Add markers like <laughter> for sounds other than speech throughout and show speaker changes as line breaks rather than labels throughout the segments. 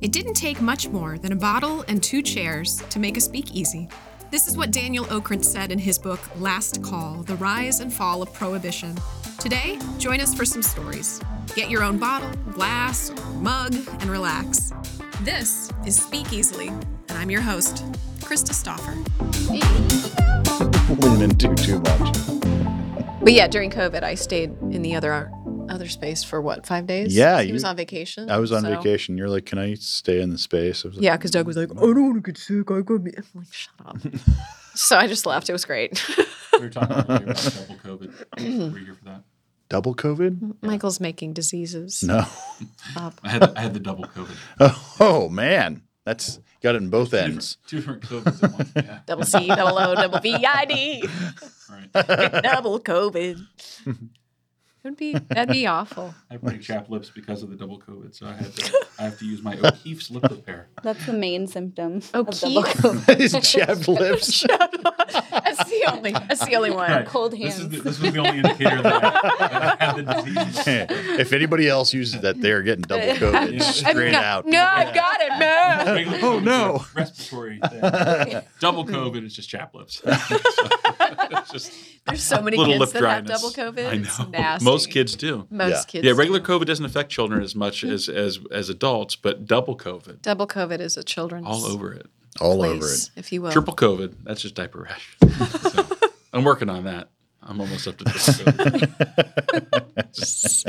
It didn't take much more than a bottle and two chairs to make a speakeasy. This is what Daniel Okrent said in his book, Last Call The Rise and Fall of Prohibition. Today, join us for some stories. Get your own bottle, glass, mug, and relax. This is Speak Easily, and I'm your host, Krista Stauffer.
Women do too much.
But yeah, during COVID, I stayed in the other other space for what five days.
Yeah,
he
you-
was on vacation.
I was on
so-
vacation. You're like, can I stay in the space? I was like,
Yeah, because Doug was like, "I don't want to get sick. I go." I'm like, "Shut
<laughs>
up." so I just left. It was great.
We were talking earlier about double
<clears throat>
COVID. Were you here for that?
double
Mm-hmm.
COVID?
Michael's making diseases
No. <laughs>
up.
I had I had the double <laughs> COVID.
Oh man, that's got it in both
Two
ends. <laughs>
different, two different COVIDs at once. Yeah.
Double C, double O, double V I
<laughs>
D,
All right.
double COVID. Would be that'd be
<laughs>
awful.
I <laughs> have pretty chapped lips because of the double COVID, so I had to I have to use my O'Keefe's lip repair.
That's the main symptom. of double
O'Keefe.
cold.
<laughs>
His chapped lips.
that's the only. That's the
<laughs>
only one.
Cold
This is
hands.
the, this was the only indicator that I, that I had the
<laughs>
<laughs>
disease.
if anybody else uses that, they are getting double
Yeah.
COVID straight
no,
out.
No, I got it. No.
Regular
Oh,
COVID's
no.
a Respiratory thing. double COVID is just chapped lips. <laughs> So, it's just
There's so many
little
kids
lip
that
dryness.
have double COVID.
I know. <laughs>
It's nasty.
Most kids do.
Most
Yeah.
kids.
Yeah, regular
do. Mm-hmm.
COVID doesn't affect children as much as as as adults, but double COVID,
double COVID is a children's
all over it.
All over
place,
it.
if you will.
Triple COVID, that's just diaper
<laughs>
rash. So, I'm working on that. I'm almost up to triple
<laughs>
COVID.
That's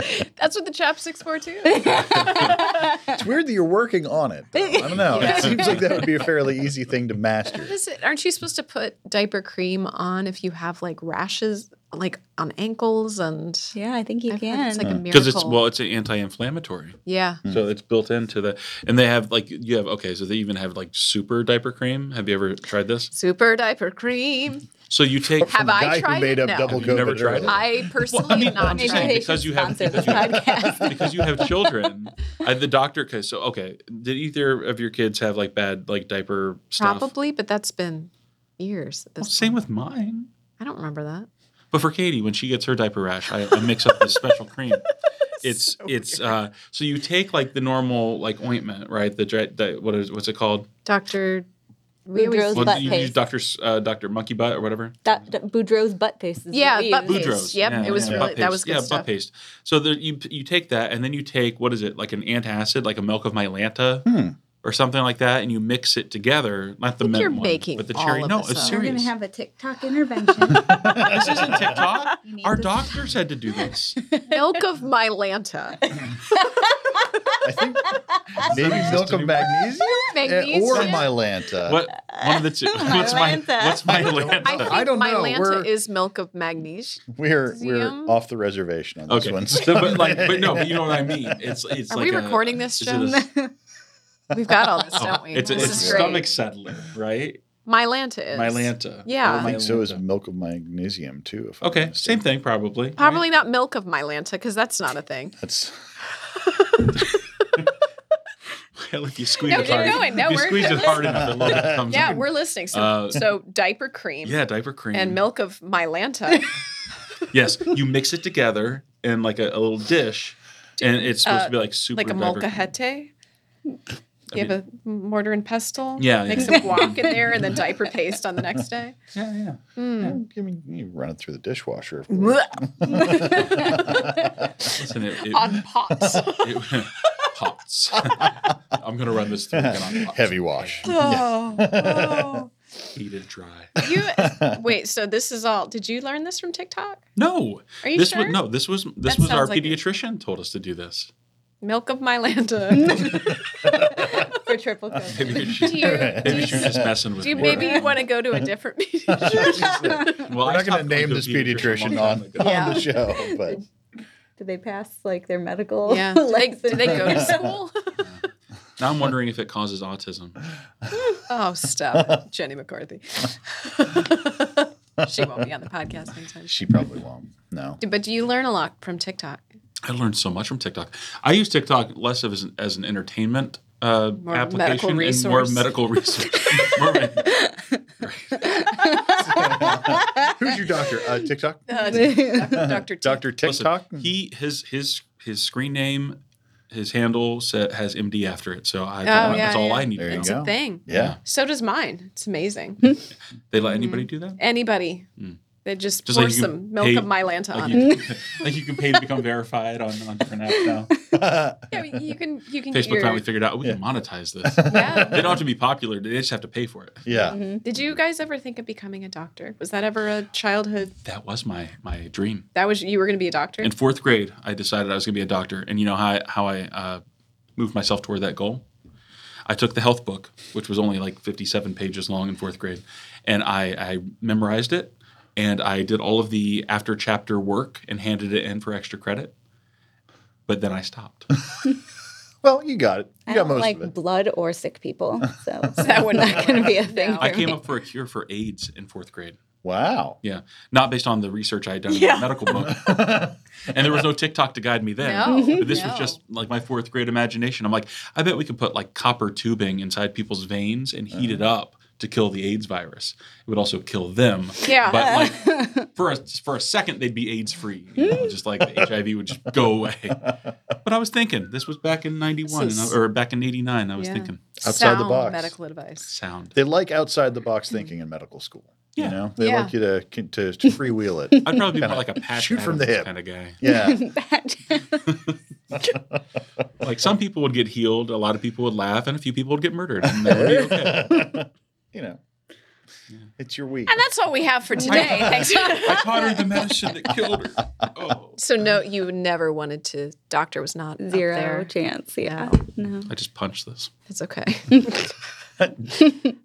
what the chapsticks
<laughs>
were too.
It's weird that you're working on it. though. I don't
<laughs>
know. It seems like that would be a fairly easy thing to master.
What is it? Aren't you supposed to put diaper cream on if you have like rashes, like on ankles and?
<laughs> yeah, I think you
I've heard
can.
It's like a miracle.
Because Mm. it's well, it's an anti-inflammatory,
Yeah.
so it's built into the. And they have like you have okay, so they even have like super diaper cream. Have you ever tried this?
Super diaper cream.
So you take
Have
The
I
guy
tried
who made up
it? No.
double
Have
COVID.
you never tried it?
earlier.
I personally
I mean,
have not
I'm just
tried
saying
it.
they
because
should
you have-
sponsor
because
this
you have-
podcast.
because you have children. I, the doctor. Okay, so okay, did either of your kids have like bad like diaper stuff?
Probably, but that's been years. At this
Same
point.
with mine.
I don't remember that.
But for Katie, when she gets her diaper rash, I, I mix up this special
<laughs>
cream. It's it's uh, so you take like the normal like ointment, right? The, dri- the what is what's it called?
Doctor.
Boudreaux's
Well,
butt
you use
paste.
Doctor uh, Doctor Monkey Butt or whatever.
That, that Boudreaux's butt paste. Is
Yeah,
what we
butt
use.
paste.
Boudreaux's.
Yep, it was really-
butt
that was
paste.
good
yeah
stuff.
butt paste. So there, you you take that and then you take what is it like an antacid, like a milk of Mylanta or something like that, and you mix it together. Not the
think
mint
you're
one,
making
but the
all
cherry.
of
no,
this
it's
up. We're
We're
serious.
gonna have a TikTok intervention.
this isn't
<laughs>
TikTok.
need
Our
this.
doctors had to do this.
Milk of
<laughs>
Mylanta.
I think maybe milk of magnesium
<laughs> Magnesium.
or Mylanta.
What one of the
<laughs>
two? What's my
Mylanta.
what's
I
Mylanta?
think
I don't know.
Mylanta
We're-
is milk of magnesium.
We're we're
Magnesium?
off the reservation on this
Okay.
one.
So, <laughs> but like, but no, but you know what
<laughs>
I mean. It's it's
Are
like
we
a-
recording this,
is it
Jen?
a-
<laughs>
Oh,
We've got all this, don't we?
It's a,
this
it's a
is
stomach settler, right?
great. Mylanta is.
Mylanta.
Yeah.
Or
I think so is
Mylanta.
milk of magnesium too. If I'm
Okay,
not
same thing probably. right?
Probably not milk of Mylanta because that's not a thing.
That's
<laughs> Like you squeeze
No,
it
keep
hard.
going. No,
if you
we're-
squeeze
we're
it hard enough, it
<laughs>
literally comes
Yeah,
out.
we're listening. So,
Uh,
so diaper cream
yeah, diaper cream
and milk of Mylanta.
Yes, you mix it together in like a, a little dish, and it's supposed
Uh,
to be like super
<laughs> like a
diaper cream.
molcajete.
I
You have a mortar and pestle.
Yeah,
Make
yeah.
some guac in there
<laughs>
and then diaper paste on the next day.
Yeah, yeah.
Mm.
I mean, you run it through the dishwasher. of course.
Blech,
Listen, it, it,
on pots.
it- <laughs> pots. I'm gonna run this through
<laughs>
again on pots.
Heavy wash.
<laughs> Oh, oh.
Heat it dry. <laughs>
You wait. So this is all. Did you learn this from TikTok?
No,
Are you
this
sure?
was no. This was this
That
was our
sounds like it.
pediatrician told us to do this.
Milk of Mylanta.
<laughs> for triple COVID.
Maybe
<laughs> do
she-
you, do
maybe
you,
she was just messing with
do you
me.
maybe you want to go to a different meeting?
Well, <laughs>
We're
I
not going
stopped
to
going
name
to a
this pediatrician
a long
on, <laughs>
time ago.
on the show, but
Do they pass like their medical? <laughs>
yeah. Do they,
license?
do they go to school?
Now I'm wondering if it causes autism.
Oh, stop, it, Jenny McCarthy. she won't be on the podcast anytime. soon.
she probably won't. No.
But do you learn a lot from TikTok?
I learned so much from TikTok. I use TikTok less of as an, as an entertainment uh,
More medical
application and more
resource.
medical research. <laughs> more,
<laughs> Who's your doctor? Uh, TikTok?
Uh, Dr. T.
Dr.
<laughs>
listen,
TikTok?
he his his his screen name his handle set has MD after it, so I,
Oh,
that's
yeah,
all
yeah.
I need
There
to
you
know.
It's
go.
a thing.
Yeah.
So does mine. It's amazing.
They let anybody do
Mm-hmm.
that?
Anybody.
Mm.
They just,
Just
pour
like you
some milk
pay-
of my Lanta
Like <laughs>
on
you,
it.
like you can pay to become verified on, on different apps now.
Yeah, you can you can get
Facebook
your,
finally figured out we can monetize this. They
Yeah.
don't have to be popular; they just have to pay for it.
yeah.
Did you guys ever think of becoming a doctor? Was that ever a childhood
That was my my dream.
that was you were going to be a doctor?
In fourth grade, I decided I was going to be a doctor, and you know how I, how I uh, moved myself toward that goal. I took the health book, which was only like 57 pages long in fourth grade, and I, I memorized it, and I did all of the after chapter work and handed it in for extra credit. But then I stopped.
Well, you got it. You
I
got
don't
most
like
of it.
blood or sick people, so
that
that would
would
<laughs>
not
not going to be a
work.
thing.
No.
for
I came
me.
up for a cure for AIDS in fourth grade.
Wow.
Yeah, not based on the research I had done
Yeah.
in the medical
<laughs>
book, and there was no TikTok to guide me then.
No,
But this
no.
was just like my fourth grade imagination. I'm like, I bet we could put like copper tubing inside people's veins and heat it
Uh-huh.
up to kill the AIDS virus. It would also kill them.
Yeah.
But
<laughs>
like for a for a second they'd be AIDS free. You
Hmm.
know, just like the HIV would just go away. But I was thinking, this was back in ninety one
This is-
or back in eighty nine, I was
Yeah.
thinking
Outside the
Sound
box.
medical advice.
sound.
They like outside the box thinking in medical school.
Yeah.
You know, they
Yeah.
like you to, to, to freewheel
<laughs>
it.
I'd probably be more like a patch
<laughs> shoot from the hip.
kind of guy.
Yeah.
<laughs>
Like some people would get healed, a lot of people would laugh, and a few people would get murdered. And that would be okay.
you know, it's your week.
And that's all we have for
Oh
today. Thanks.
<laughs>
<laughs>
I taught her the medicine that killed her. Oh.
so no, you never wanted to doctor was not up
Zero
there.
chance. Yeah. No.
I just punched this.
It's okay.
<laughs>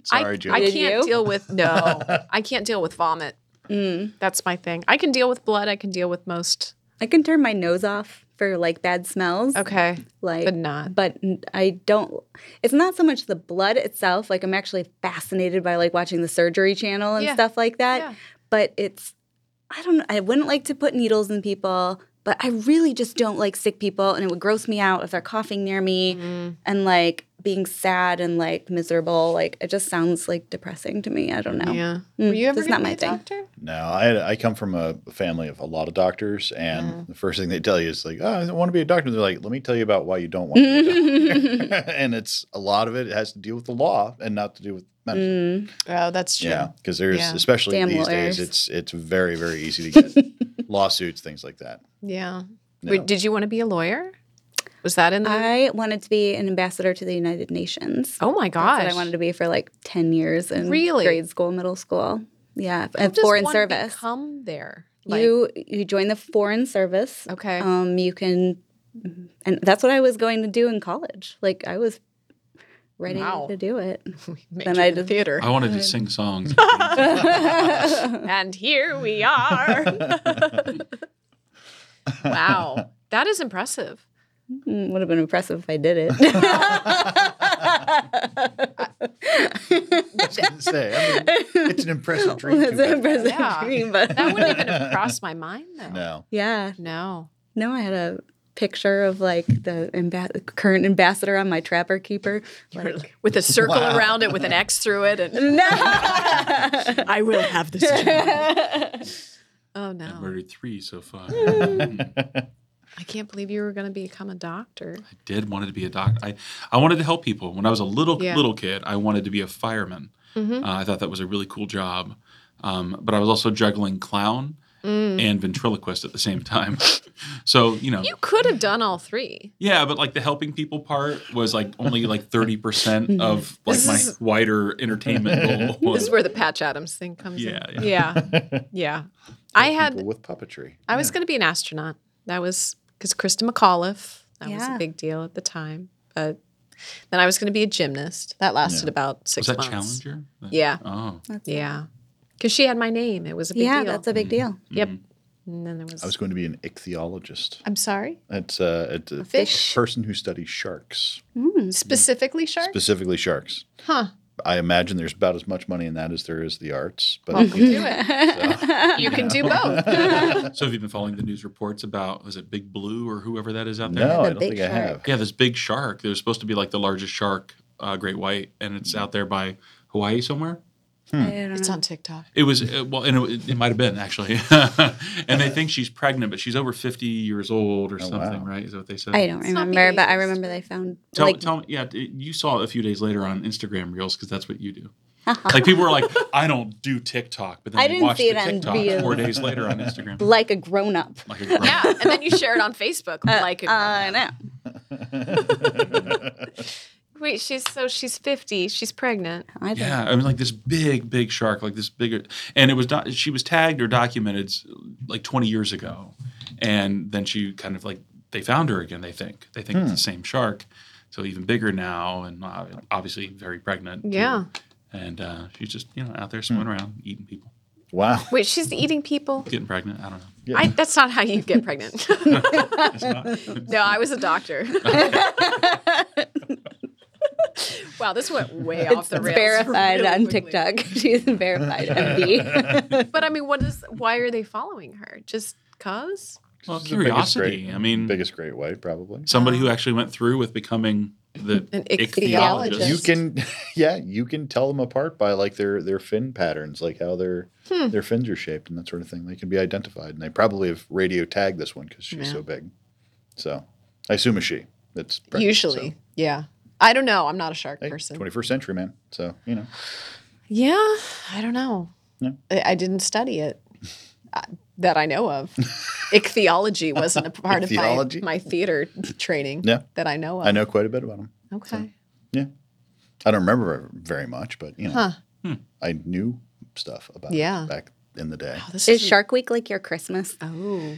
Sorry,
I,
Joe.
I
Did
can't
you?
deal with
<laughs>
no. I can't deal with vomit.
Mm.
That's my thing. I can deal with blood. I can deal with most.
I can turn my nose off for like bad smells.
Okay.
Like,
But not.
But n- I don't. It's not so much the blood itself. Like I'm actually fascinated by like watching the surgery channel and
Yeah.
stuff like that.
Yeah.
But it's. I don't. I wouldn't like to put needles in people. But I really just don't like sick people, and it would gross me out if they're coughing near me
Mm-hmm.
and like being sad and like miserable. Like it just sounds like depressing to me. I don't know.
Yeah.
Mm,
Were you ever
that's not
gonna be
my
a
thing.
doctor?
No, I, I come from a family of a lot of doctors, and the first thing they tell you is like, "Oh, I want to be a doctor." They're like, "Let me tell you about why you don't want to." be a <laughs> doctor." and it's a lot of it has to do with the law and not to do with medicine.
Oh, that's true.
Yeah, because there's
Yeah.
especially
Damn
these
lawyers.
days, it's it's very very easy to <laughs> get lawsuits, things like <laughs> that.
Yeah.
No.
Wait, Did you want to be a lawyer? Was that in the?
I wanted to be an ambassador to the United Nations.
oh my
That's
gosh!
what I wanted to be for like 10 years in
Really?
grade school, middle school. Yeah,
Who
and
just
foreign
wanted to
service.
Come there. Like-
you you join the foreign service.
Okay.
Um, you can, and that's what I was going to do in college. Like I was ready
Wow.
to do it.
Major
then I Mm,
in
did- <laughs>
theater.
I wanted to sing songs. <laughs>
and here
<laughs>
we are. wow. That is impressive.
Mm, Would have been impressive if I did it. <laughs>
I was gonna say, I mean, it's an impressive dream. <laughs>
That's
too,
an
but
impressive
Yeah.
dream, but
That wouldn't even have crossed my mind, though.
no,
<laughs> yeah.
No.
No, I had a picture of like the amba- current ambassador on my Trapper Keeper. <laughs> Like,
With a circle
Wow.
around it with an X through
<laughs>
it. And
no.
I will have this job. oh,
I
no.
murdered three so far. I
I can't believe you were going to become a doctor.
did wanted to be a doctor. I, I wanted to help people. When I was a little
Yeah.
little kid, I wanted to be a fireman. Uh, I thought that was a really cool job. Um, but I was also juggling clown and ventriloquist at the same time. <laughs> so you know,
You could have done all three.
yeah. But like the helping people part was like only like thirty
<laughs>
percent of like
This
my
is-
wider entertainment goal.
This is where the Patch Adams thing comes in.
Yeah,
Yeah.
<laughs>
Yeah. I had
people with puppetry.
I was going to be an astronaut. That was because Krista McAuliffe. That was a
Yeah.
big deal at the time. But then I was going to be a gymnast. That lasted about
was
six
that
months.
Challenger?
Yeah. <laughs>
Oh.
Yeah. Because she had my name. It was a <laughs> big
yeah,
deal.
that's a big deal.
Yep. And then there was.
I was going to be an ichthyologist.
I'm sorry.
It's uh, it's a
fish?
person who studies sharks,
Mm-hmm. Specifically shark?
specifically sharks.
huh.
I imagine there's about as much money in that as there is the arts. But
Welcome to <laughs> it. you can do both.
So have you been following the news reports about was it Big Blue or whoever that is out
<laughs>
there?
no, I don't
big
think I
shark.
have.
Yeah, this big
Mm-hmm.
shark. There's supposed to be like the largest shark, uh, great white, and it's out there by Hawaii somewhere.
I don't
It's
know.
on TikTok.
It was uh, well, and it, it might have been actually, <laughs> and they think she's pregnant, but she's over fifty years old or
Oh,
something,
wow.
right? Is that what they said?
I don't
not
remember, but I
being used.
remember they found
Tell,
like
tell me, yeah, t- you saw it a few days later on Instagram Reels because that's what you
<laughs>
do. like people were like, "I don't do TikTok," but then
I
they
didn't
watched
see
the
it on
TikTok
Reels.
four days later on Instagram.
<laughs> like a grown up.
Like a grown-
<laughs> Yeah, and then you share it on Facebook. like, a
I know.
wait, she's so she's fifty. She's pregnant.
I don't-
Yeah, I mean, like this big, big shark, like this bigger, and it was not. She was tagged or documented s- like 20 years ago, and then she kind of like they found her again. They think they think it's the
Hmm.
same shark, so even bigger now, and uh, obviously very pregnant. too.
Yeah.
and uh, she's just you know out there
Hmm.
swimming around, eating people,
Wow.
Wait, she's eating people.
getting pregnant. I don't
<laughs>
know.
I, that's not how you get pregnant. <laughs> no, I was a <laughs> doctor. wow, this went way off the
It's
rails.
verified
really
on
quickly.
TikTok. <laughs> She's a
<laughs>
verified MD.
But I mean, what is? Why are they following her? Just cause?
Well,
This is the biggest
curiosity.
great-
I mean,
biggest great white probably. <gasps>
somebody who actually went through with becoming the
An
ichthyologist.
ichthyologist.
You can, <laughs> yeah, you can tell them apart by like their their fin patterns, like how their
Hmm.
their fins are shaped and that sort of thing. They can be identified, and they probably have radio tagged this one because she's so big. So I assume a she. That's pregnant,
Usually, yeah. I don't know. I'm not a shark
so.
person.
Twenty first century man. So you know,
Yeah, I don't know.
No?
I, I didn't study it uh, that I
<laughs>
know of. Ichthyology wasn't a part of my,
Ichthyology?
my theater training
Yeah.
that I know of.
I know quite a bit about them.
Okay.
Yeah, I don't remember very much, but you know,
Huh.
Hmm.
I knew stuff about it
Yeah.
back in the day.
Oh, this
Is
is
Shark Week like your Christmas?
Oh,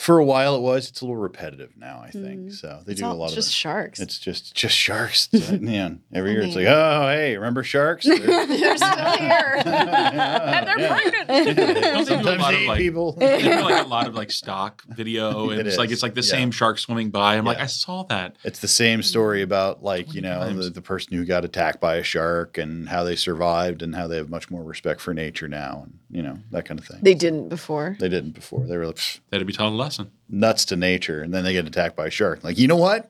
For a while, it was. It's a little repetitive now. I think so. They
Mm. it's
do a
all
lot of
just
the-
sharks.
It's just just
<laughs>
sharks. uh, Man, every year it's like, oh hey, remember sharks? They're-
<laughs> They're still here, and they're
Don't
pregnant.
they do a
Sometimes
lot
they
of
<laughs>
eat
like <laughs>
people.
they do like a lot of like stock video
<laughs>
and
It
it's like
is,
it's like the
yeah.
same shark swimming by. I'm like,
Yeah.
I saw that.
It's the same story about like you know
times.
the, the person who got attacked by a shark and how they survived and how they have much more respect for nature now and you know that kind of thing.
They didn't before.
They didn't before. They were like, "Pfft,
That'd be taught a lesson.
nuts to nature, and then they get attacked by a shark. Like you know what?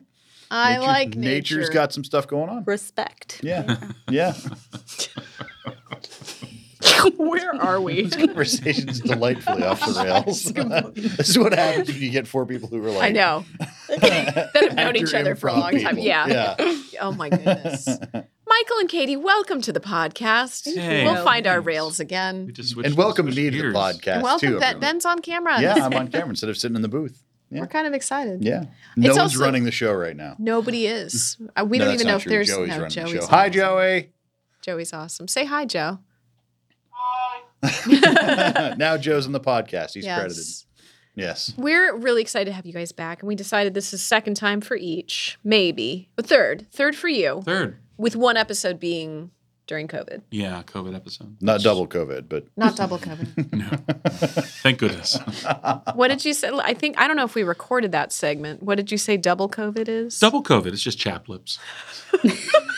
I like nature.
nature's got some stuff going on.
Respect.
Yeah, yeah.
<laughs> Where
<laughs>
are we?
Conversation's delightfully off
<laughs>
the rails. <laughs> this is what happens if you get four people who are like,
I know. <laughs> that have known
after
each other for a
improv
long time.
people.
Yeah.
yeah.
Oh
<laughs>
my goodness. Michael and Katie, welcome to the podcast.
Hey,
we'll find our
thanks.
rails again.
We just switched
And welcome
switched
me to the
gears.
podcast
And welcome
too.
that
everyone.
Ben's on camera.
yeah, I'm on camera instead of sitting in the booth. Yeah,
We're kind of excited.
yeah. No one's
also-
running the show right now. <laughs>
Nobody is. Uh, we don't
that's
even
not
know if
true.
there's
Joey's
no
running the
Joey's.
show.
awesome.
Hi, Joey.
Joey's awesome. Say hi, Joe. <laughs>
now Joe's in the podcast. He's credited.
Yes.
Yes.
We're really excited to have you guys back, and we decided this is second time for each, maybe a third, third for you,
Third.
with one episode being during COVID.
Yeah, COVID episode.
Not double COVID, but
Not
<laughs>
double COVID.
Thank goodness.
what did you say? I think I don't know if we recorded that segment. What did you say? Double COVID is
Double COVID. It's just
<laughs>
chap lips.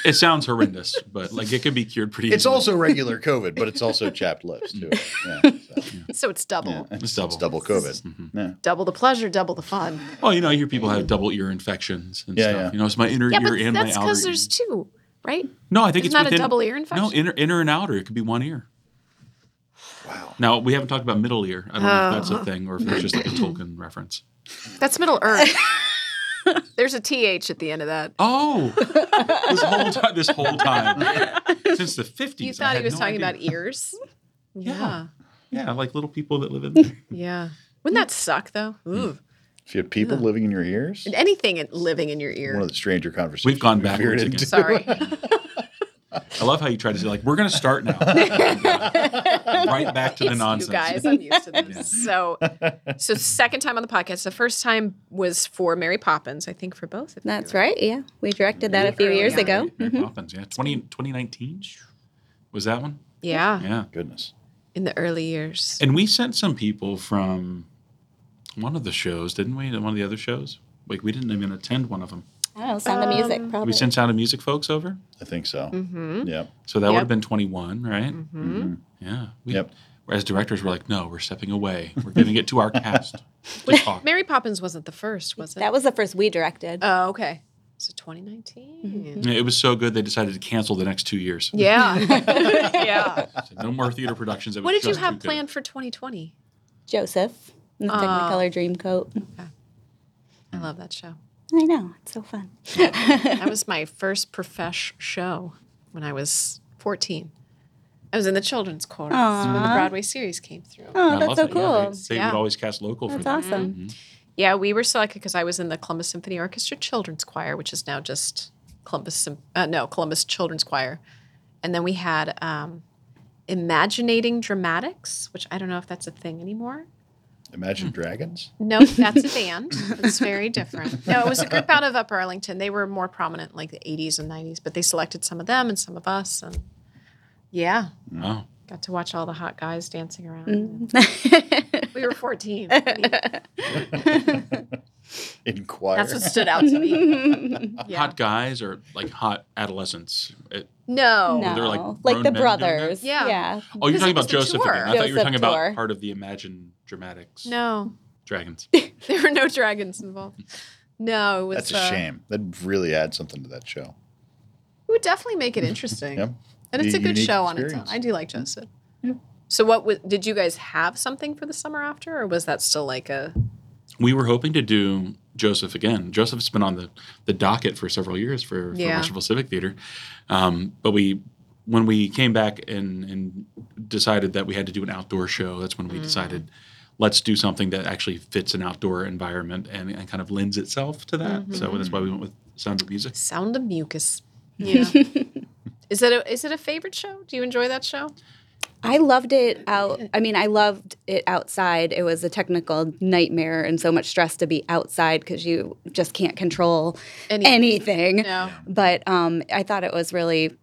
it sounds horrendous, but like it can be cured pretty
it's
easily.
also regular COVID, but it's also chapped lips
<laughs>
too. Yeah, so,
so it's double.
it's double.
It's double COVID. Yeah.
double the pleasure, double the fun.
Well, you know, I hear people have double ear infections and
Yeah,
stuff.
yeah.
You know, it's my inner
Yeah,
ear
but
and
that's
my outer.
because
ear.
there's two, right?
No, I think it's
Isn't that a
within-
double ear infection?
No, inner, inner and outer. It could be one ear. Wow. Now we haven't talked about middle ear. I don't know if that's
Oh.
a thing or if it's just like a Tolkien reference.
That's Middle Earth. There's a th at the end of that.
Oh, <laughs> this whole time, this whole <laughs> time since the fifties.
You thought he was talking about ears?
<laughs> Yeah. Yeah, like little people that <laughs> live in there.
Yeah. Wouldn't that suck though?
Hmm.
Ooh.
If you have people living in your ears,
Anything in, living in your ear.
one of the stranger conversations.
We've gone
veered
backwards
into.
again.
Sorry.
I love how you try to say like we're going to start <laughs> now, right back to the <laughs>
It's
nonsense.
You guys, I'm used to this. So, so second time on the podcast. The first time was for Mary Poppins, I think, for both. Of you.
That's right. Yeah. We directed that a few years
Yeah.
ago. Mm-hmm.
Mary Poppins, yeah, 20, 2019 was that one?
Yeah,
Yeah,
Goodness.
in the early years.
and we sent some people from one of the shows, didn't we? One of the other shows. Like we didn't even attend one of them.
I don't know. Sound of Music,
Did
Um,
probably.
we sent Sound of Music folks over,
I think so.
Mm-hmm.
Yep.
so that would
Yep. Mm-hmm.
have been twenty one, right? Mm-hmm.
Mhm.
Yeah. We,
Yep.
As directors, we're like, no, we're stepping away. We're giving it to
<laughs>
our cast to talk.
Mary Poppins wasn't the first, was it?
that was the first we directed.
oh, okay. Is it 2019?
It was so good they decided to cancel the next two years. <laughs>
Yeah. <laughs> yeah.
So no more theater productions. It
What
was
did you
just too
have
good.
planned for 2020?
Joseph in the
Uh,
Technicolor Dreamcoat.
I love that show.
I know, it's so fun.
That was my first profesh show when I was 14. I was in the children's quarters when the Broadway series came through.
Oh,
I
that's
love
so
that. Yeah, they-
cool.
they
Yeah.
would always cast local for
That's
that.
awesome.
Yeah, we were selected because I was in the Columbus Symphony Orchestra Children's Choir, which is now just Columbus, Sym- uh, no, Columbus Children's Choir. And then we had um, Imaginating Dramatics, which I don't know if that's a thing anymore.
Hmm.
Imagine Dragons.
No, that's a band. It's very different. No, it was a group out of Upper Arlington. They were more prominent in like the 80s and 90s, but they selected some of them and some of us. And yeah,
Wow.
got to watch all the hot guys dancing around.
Mm-hmm.
<laughs>
we were <laughs> 14. I mean,
Inquire.
that's what
<laughs>
stood out to me. Yeah.
Hot guys or like hot adolescents. It-
<laughs> no.
No,
Oh, they're, like, grown
like, the
men doing that?
brothers.
Yeah.
yeah.
oh, you're talking
Because it was
about
the
Joseph
tour.
again. I thought you were
Joseph
talking
tour.
about part of the Imagine Dramatics.
No.
Dragons.
There were no dragons involved. No, it was.
That's a
uh,
shame. That'd really add something to that show.
It would definitely make it interesting.
Yep.
And it's
Be
a good
unique
show on
experience.
its own. I do like Joseph. So, what wa- did you guys have something for the summer after, or was that still like a?
We were hoping to do Joseph again. Joseph's been on the, the docket for several years for, for
Yeah.
Rushville Civic Theater. Um, but we when we came back and, and decided that we had to do an outdoor show, that's when we
Mm.
decided let's do something that actually fits an outdoor environment and, and kind of lends itself to that.
Mm-hmm.
So that's why we went with Sound of Music.
Sound of mucus. Yeah. <laughs> is it a is it a favorite show? Do you enjoy that show?
I loved it out. I mean, I loved it outside. It was a technical nightmare and so much stress to be outside because you just can't control
Anything.
anything.
No.
But um, I thought it was really,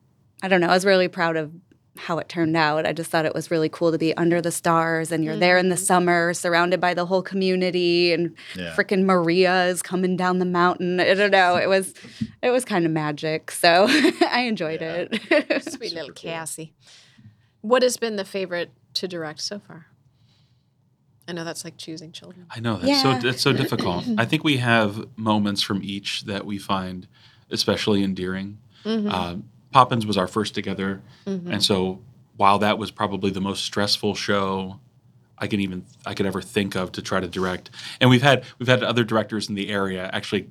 I don't know, I was really proud of how it turned out. I just thought it was really cool to be under the stars and you're there in the summer, surrounded by the whole community, and
Yeah.
frickin' Maria is coming down the mountain. I don't know. It was, it was kind of magic. So <laughs> I enjoyed
Yeah.
it. <laughs>
Sweet little
cool.
Cassie. What has been the favorite to direct so far? I know that's like choosing children.
I know that's so
Yeah.
that's so difficult. I think we have moments from each that we find especially endearing. Uh, Poppins was our first together, and so while that was probably the most stressful show I can even I could ever think of to try to direct, and we've had we've had other directors in the area actually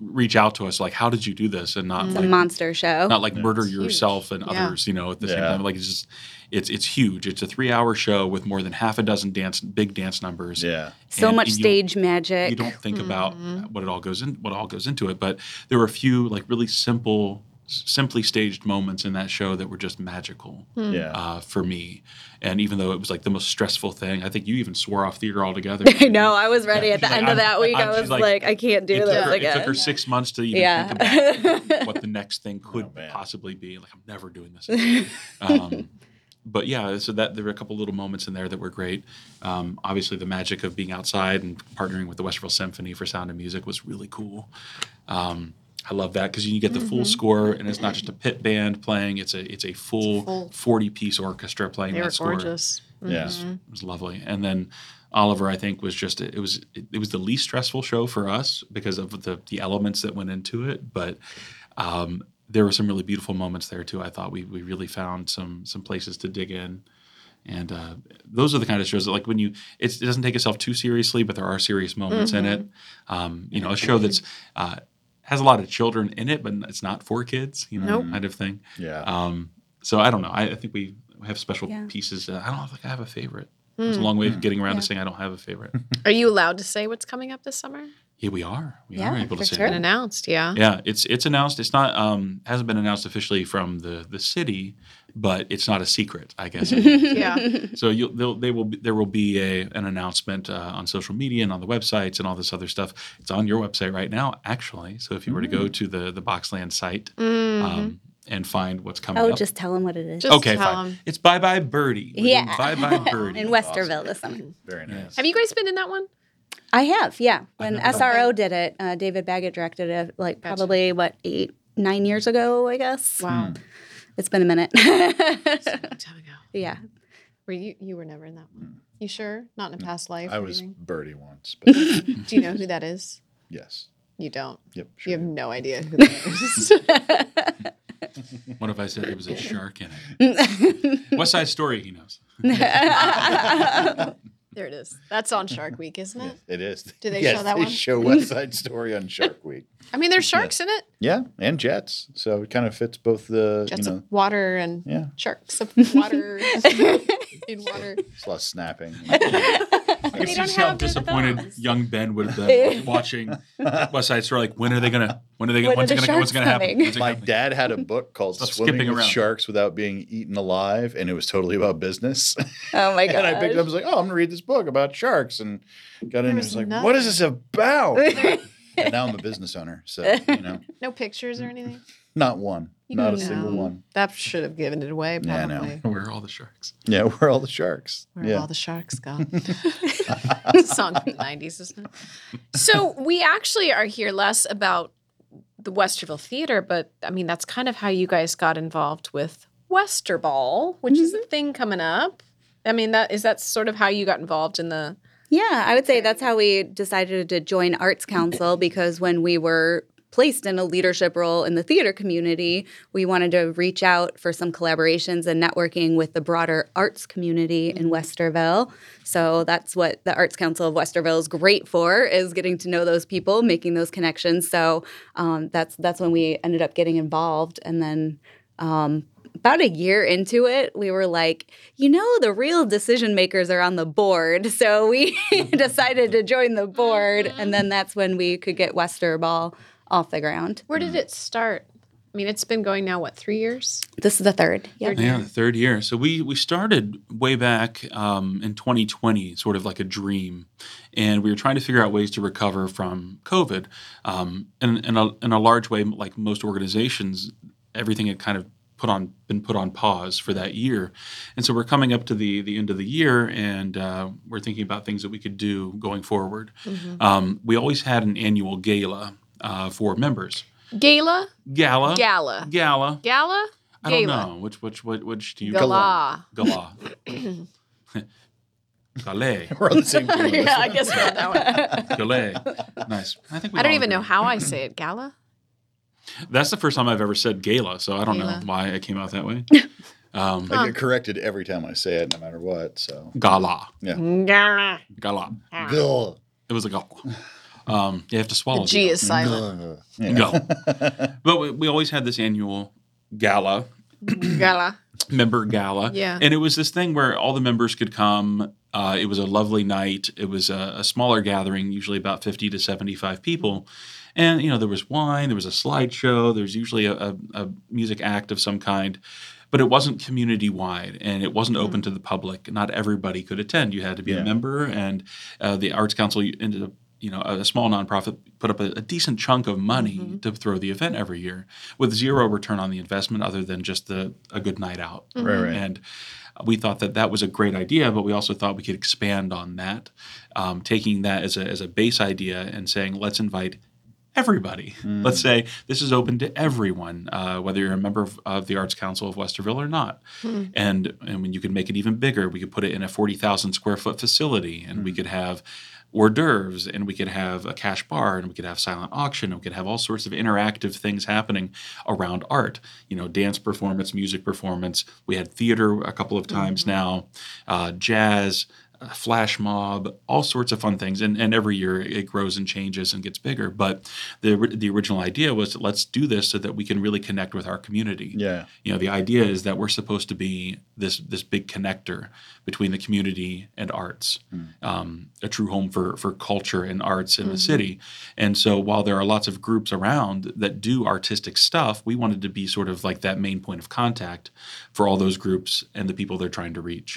reach out to us like, "How did you do this?" and not
The
like
monster show.
not like murder yourself and
Yeah.
others, you know, at the same
Yeah.
time. Like it's just, it's it's huge. It's a three-hour show with more than half a dozen dance, big dance numbers
Yeah.
so
and-
much
and you-
stage magic.
you don't think about
Mm-hmm.
what it all goes in what all goes into it but there were a few like really simple s- simply staged moments in that show that were just magical
Hmm.
Hmm.
Yeah.
uh, for me and even though it was like the most stressful thing i think you even swore off theater altogether
<laughs> I know. I was ready at the
She's like,
end of
I'm-
that week.
I'm-
i was
she's
like,
like,
I can't do
it, took
this
her, it
again.
took her six months to even
Yeah.
think about what the next thing could
Oh, man.
possibly be. Like, I'm never doing this. again. um, but yeah, so that there were a couple little moments in there that were great. Um, obviously, the magic of being outside and partnering with the Westerville Symphony for Sound and Music was really cool. Um, I love that because you get the full score, and it's not just a pit band playing; it's a it's a
full-
full forty piece orchestra playing
They were
that score.
gorgeous.
Yeah.
It was lovely. And then Oliver, I think, was just it was it, was the least stressful show for us because of the the elements that went into it. But um, there were some really beautiful moments there too. I thought we we really found some some places to dig in. And uh, those are the kind of shows that, like, when you, it's, it doesn't take itself too seriously, but there are serious moments in it. Um, you know, a show that's uh, has a lot of children in it, but it's not for kids, you know,
Nope.
kind of thing.
Yeah.
Um, so I don't know. I, I think we have special
Yeah. Hmm.
pieces. Uh, I don't think I have a favorite. It's a long way of getting around to saying I don't have a favorite.
Are you allowed to say what's coming up this summer?
yeah, we are. We are
Yeah,
able to
for
say
sure.
that.
Been announced, yeah.
Yeah, it's it's announced. It's not um hasn't been announced officially from the the city, but it's not a secret, I
<laughs>
guess.
<laughs> <laughs> Yeah.
so you'll they'll, they will be, there will be a an announcement uh, on social media and on the websites and all this other stuff. It's on your website right now, actually. So if you were to
Mm.
go to the the Boxland site um, and find what's coming
oh,
up,
just tell him what it is.
Just
okay,
tell
fine.
'em.
It's Bye Bye Birdie. We're doing
Yeah.
Bye Bye Birdie.
in Westerville this summer.
Very nice.
Have you guys been in that one?
I have, yeah. When
never-
SRO did it, uh, David Baggett directed it, like
Gotcha.
probably what eight, nine years ago, I guess.
Wow.
It's been a minute. <laughs>
Long time ago.
yeah.
Were you you were never in that one? You sure? Not in a past life?
I <laughs>
or
was
<laughs> anything?
birdie once, but
Do you know who that is?
yes.
You don't.
Yep.
You
Sure.
have no idea who that is. <laughs>
What if I said there was a shark in it? West Side Story, he knows.
there it is. That's on Shark Week, isn't it?
It is.
Do
<laughs>
they
yes,
show that
they
one? <laughs>
show West Side Story on Shark Week.
I mean, there's sharks in it.
Yeah, and jets. So it kind of fits both the
Jets
you know.
of water and
Yeah,
sharks of water in water.
it's less snapping.
<laughs>
I can
They
see
don't
how
have their
disappointed
thumbs.
young Ben would have been watching West Side Story. Like, when are they gonna? When are they gonna?
When are
When's
the
it gonna? What's
sharks
gonna happen?
coming?
When's it
My
coming?
dad had a book called
Stop
"Swimming
skipping
with
around.
Sharks Without Being Eaten Alive," and it was totally about business. <laughs>
Oh my god!
and I picked it up, I was like, "Oh, I'm gonna read this book about sharks," and got in. and
was
was like, "What is this
<laughs>
about?"
up.
and now I'm a business owner, so you know,
No pictures or
Mm.
anything.
not one,
You
not a
don't
single
know.
one.
That should have given it away,
Yeah, I know.
probably.
Where are all the sharks?
Yeah, we're all the sharks.
Where have
yeah,
all the
<laughs>
sharks gone? <laughs> it's a song from the 90s, isn't it? So we actually are here less about the Westerville Theater, but I mean, that's kind of how you guys got involved with Westerball, which is a thing coming up. I mean, that is that sort of how you got involved in the.
Yeah, I would say that's how we decided to join Arts Council because when we were placed in a leadership role in the theater community, we wanted to reach out for some collaborations and networking with the broader arts community in Westerville. So that's what the Arts Council of Westerville is great for is getting to know those people, making those connections. So um, that's that's when we ended up getting involved, and then um, about a year into it, we were like, you know, the real decision makers are on the board. <laughs> So we decided to join the board. And then that's when we could get Wester Ball off the ground.
Where did it start? I mean, it's been going now, what, three years?
This is the third. Yeah.
Yeah, the third year. So we we started way back um, in 2020, sort of like a dream, and we were trying to figure out ways to recover from COVID. Um, and in a, in a large way, like most organizations, everything had kind of put on been put on pause for that year, and so we're coming up to the the end of the year, and uh, we're thinking about things that we could do going forward. Um, we always had an annual gala uh, for members.
Gala?
Gala.
Gala.
Gala.
Gala?
I don't know which which which which do you
Gala.
Gala. Gale.
we're on the
<laughs>
same
<laughs>
team.
Yeah, I guess not that one.
Gale. Nice. I think we
I don't
all
even know
agree.
how I say it. Gala?
That's the first time I've ever said gala, so I don't
Gala.
know why it came out that way. Um,
I get corrected every time I say it, no matter what. So,
gala.
Gala.
Gala.
Ah.
Gah.
It was a gala. Um, you have to swallow.
G
the
is silent.
Gah. Yeah.
gala. Go. But we, we always had this annual gala
Gala.
member gala.
Yeah.
And it was this thing where all the members could come. Uh, it was a lovely night. It was a, a smaller gathering, usually about 50 to 75 people. And, you know, there was wine, there was a slideshow, there's usually a, a, a music act of some kind. But it wasn't community wide and it wasn't open to the public. Not everybody could attend. You had to be
Mm. Yeah.
a member, and uh, the Arts Council ended up, you know, a, a small nonprofit put up a, a decent chunk of money
Mm-hmm.
to throw the event every year with zero return on the investment other than just the, a good night out.
Right, right.
And we thought that that was a great idea, but we also thought we could expand on that, um, taking that as a, as a base idea and saying, let's invite everybody. Let's say this is open to everyone, uh, whether you're a member of, of the Arts Council of Westerville or not. And and when you could make it even bigger, we could put it in a forty thousand square foot facility, and we could have hors d'oeuvres, and we could have a cash bar, and we could have silent auction, and we could have all sorts of interactive things happening around art. You know, dance performance, music performance. We had theater a couple of times now, uh, jazz a flash mob, all sorts of fun things. And, and every year it grows and changes and gets bigger. But the, ri- the original idea was let's do this so that we can really connect with our community.
Yeah.
You know, the idea is that we're supposed to be this this big connector between the community and arts, um, a true home for for culture and arts in the city. And so, while there are lots of groups around that do artistic stuff, we wanted to be sort of like that main point of contact for all those groups and the people they're trying to reach.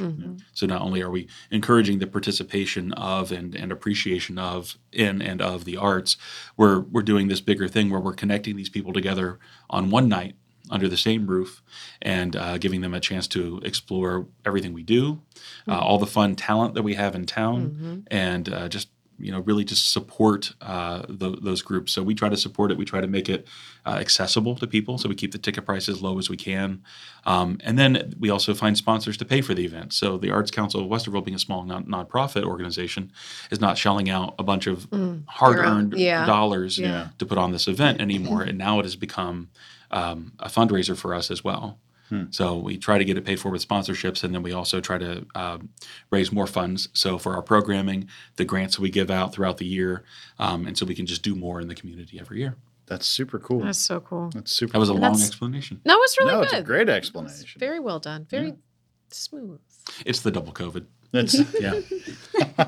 So, not only are we encouraging the participation of and and appreciation of in and of the arts, we're we're doing this bigger thing where we're connecting these people together on one night under the same roof and uh, giving them a chance to explore everything we do, uh, all the fun talent that we have in town, and uh, just you know really just support uh, tho- those groups. So we try to support it. We try to make it uh, accessible to people. So we keep the ticket price as low as we can, um, and then we also find sponsors to pay for the event. So the Arts Council of Westerville, being a small non- nonprofit organization, is not shelling out a bunch of hard-earned
yeah.
dollars
Yeah.
to put on this event anymore. and now it has become um, a fundraiser for us as well.
Hmm.
So we try to get it paid for with sponsorships, and then we also try to um, raise more funds. So for our programming, the grants we give out throughout the year, um, and so we can just do more in the community every year.
That's super cool.
That's
That's,
so cool.
super.
That was a
cool.
long
That's-
explanation.
No, it's really
no,
good.
it's a great
It's
explanation.
very well done. Very smooth.
It's the double COVID.
That's
<laughs>
Yeah,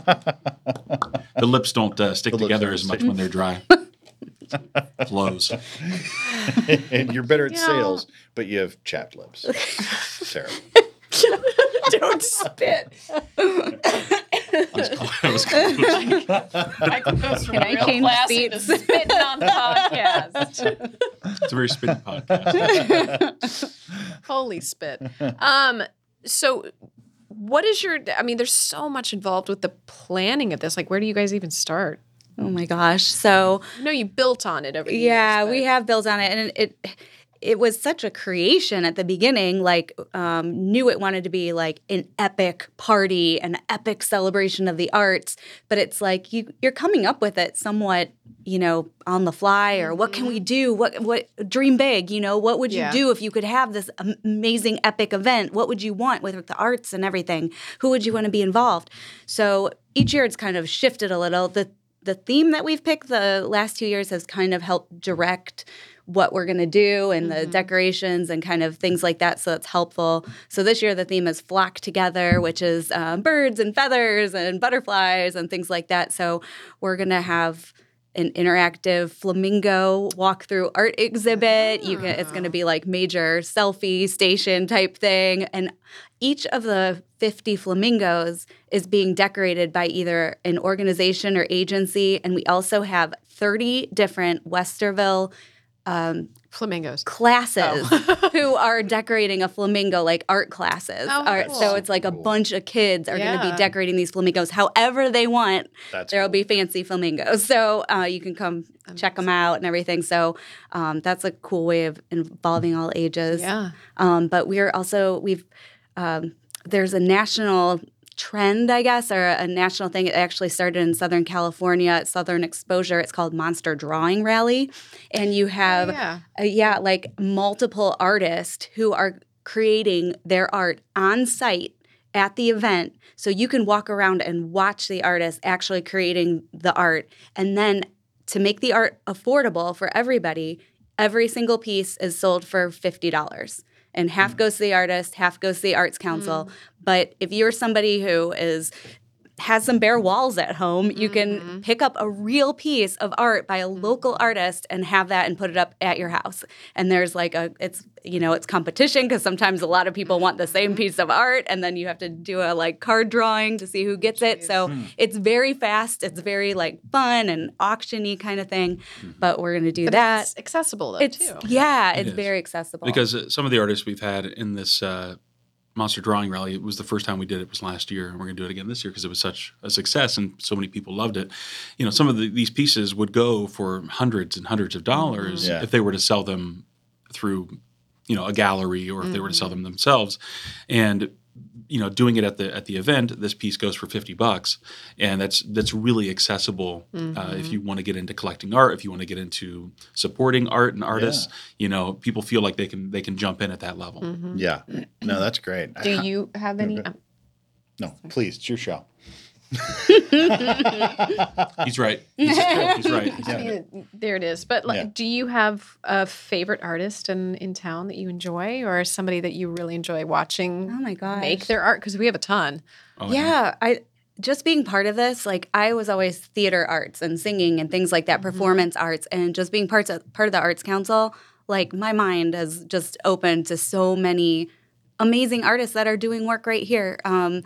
<laughs>
the lips don't uh, stick
The lips
together
don't
as much
stick.
when they're dry.
<laughs>
Flows. <laughs>
and you're better at
Yeah.
sales, but you have chapped
<laughs>
lips. Sarah.
Don't spit.
I was confused.
I can
I real change classy to seats?
spitting on the podcast.
It's a very spinning podcast.
<laughs>
Holy spit. Um, so what is your I mean, there's so much involved with the planning of this. Like where do you guys even start?
Oh my gosh. So
I know you built on it over the
yeah,
years,
we
but-
have built on it, and it it was such a creation at the beginning. Like, um, knew it wanted to be like an epic party, an epic celebration of the arts, but it's like you you're coming up with it somewhat, you know, on the fly, or what can we do? What what dream big? You know, what would you
Mm-hmm. Yeah.
do if you could have this am- amazing epic event? What would you want with the arts and everything? Who would you want to be involved? So each year it's kind of shifted a little. The the theme that we've picked the last two years has kind of helped direct what we're going to do and the decorations and kind of things like that. So that's helpful. So this year the theme is flock together, which is um, birds and feathers and butterflies and things like that. So we're going to have an interactive flamingo walkthrough art exhibit. You can, it's going to be like major selfie station type thing, and each of the fifty flamingos is being decorated by either an organization or agency, and we also have thirty different Westerville
flamingos.
classes
<laughs>
who are decorating a flamingo like art classes.
Oh,
Art-
cool.
So it's like a
Cool.
bunch of kids are going to
Yeah.
be decorating these flamingos however they want.
That's
There'll
cool.
be fancy flamingos. So uh, you can come check them out and everything. So um, that's a cool way of involving all ages.
Yeah.
Um, but we are also we've um, there's a national trend, I guess, or a national thing. It actually started in Southern California at Southern Exposure. It's called Monster Drawing Rally, and you have
Oh, yeah.
uh, yeah, like multiple artists who are creating their art on site at the event. So you can walk around and watch the artist actually creating the art. And then to make the art affordable for everybody, every single piece is sold for $50. And half goes to the artist, half goes to the Arts Council. But if you're somebody who is has some bare walls at home, you
Mm-hmm.
can pick up a real piece of art by a local artist and have that and put it up at your house. And there's like a it's you know, it's competition because sometimes a lot of people want the same piece of art and then you have to do a like card drawing to see who gets it. So
Hmm.
it's very fast, it's very like fun and auctiony kind of thing,
Hmm.
but we're going to do
But
that.
it's accessible though
It's
too.
yeah, it's
is.
very accessible.
Because uh, some of the artists we've had in this uh, monster drawing rally, it was the first time we did it was last year, and we're going to do it again this year because it was such a success and so many people loved it. You know, some of the, these pieces would go for hundreds and hundreds of dollars
Yeah.
if they were to sell them through, you know, a gallery or if they were to sell them themselves, and you know doing it at the at the event this piece goes for 50 bucks and that's that's really accessible uh, if you want to get into collecting art if you want to get into supporting art and artists you know people feel like they can they can jump in at that level
Yeah. No, that's great. I-
Mm-hmm. Do you have any um,
no, please, it's your show.
he's right he's, he's right He's
<laughs>
right.
Yeah, there it is. But like,
Yeah.
do you have a favorite artist in, in town that you enjoy, or somebody that you really enjoy watching?
Oh my gosh.
Make their art because we have a ton.
Oh,
yeah, I just being part of this, like I was always theater arts and singing and things like that, performance arts, and just being parts of part of the arts council, like my mind has just opened to so many amazing artists that are doing work right here. Um,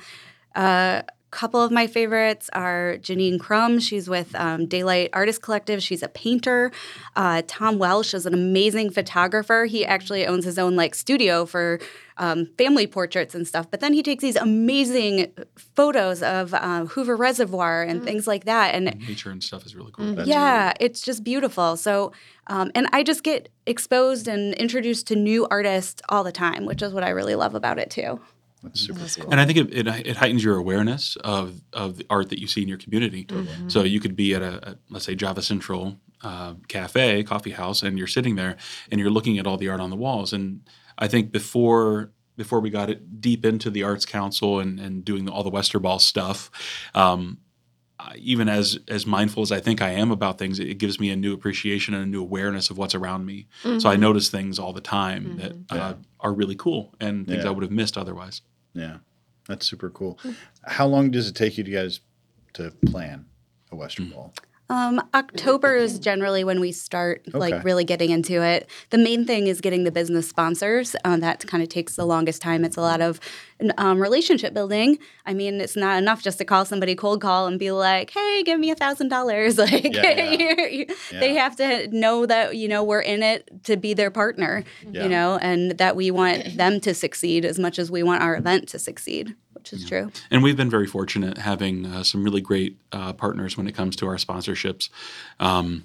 uh, couple of my favorites are Janine Crum. She's with um, Daylight Artist Collective. She's a painter. Uh, Tom Welsh is an amazing photographer. He actually owns his own like studio for um, family portraits and stuff. But then he takes these amazing photos of uh, Hoover Reservoir and things like that. And
Nature and stuff is really cool.
That's
yeah, it's just beautiful. So, um, and I just get exposed and introduced to new artists all the time, which is what I really love about it too.
That's super cool.
And I think it, it, it heightens your awareness of, of the art that you see in your community. So you could be at a, a let's say Java Central uh, cafe, coffee house, and you're sitting there and you're looking at all the art on the walls. And I think before before we got it deep into the Arts Council and, and doing all the Westerball stuff, um, I- even as as mindful as I think I am about things, it gives me a new appreciation and a new awareness of what's around me. So I notice things all the time that uh, are really cool and things
Yeah.
I would have missed otherwise.
Yeah, that's super cool. How long does it take you to guys to plan a Western Ball?
Um, October is generally when we start
Okay.
like really getting into it. The main thing is getting the business sponsors. Um, that kind of takes the longest time. It's a lot of um, relationship building. I mean, it's not enough just to call somebody cold call and be like, "Hey, give me a thousand dollars." <laughs> Like
Yeah, yeah.
you- <laughs> they
Yeah.
have to know that you know we're in it to be their partner,
Yeah.
you know, and that we want them to succeed as much as we want our event to succeed, which is true.
And we've been very fortunate having uh, some really great uh, partners when it comes to our sponsorships. Um,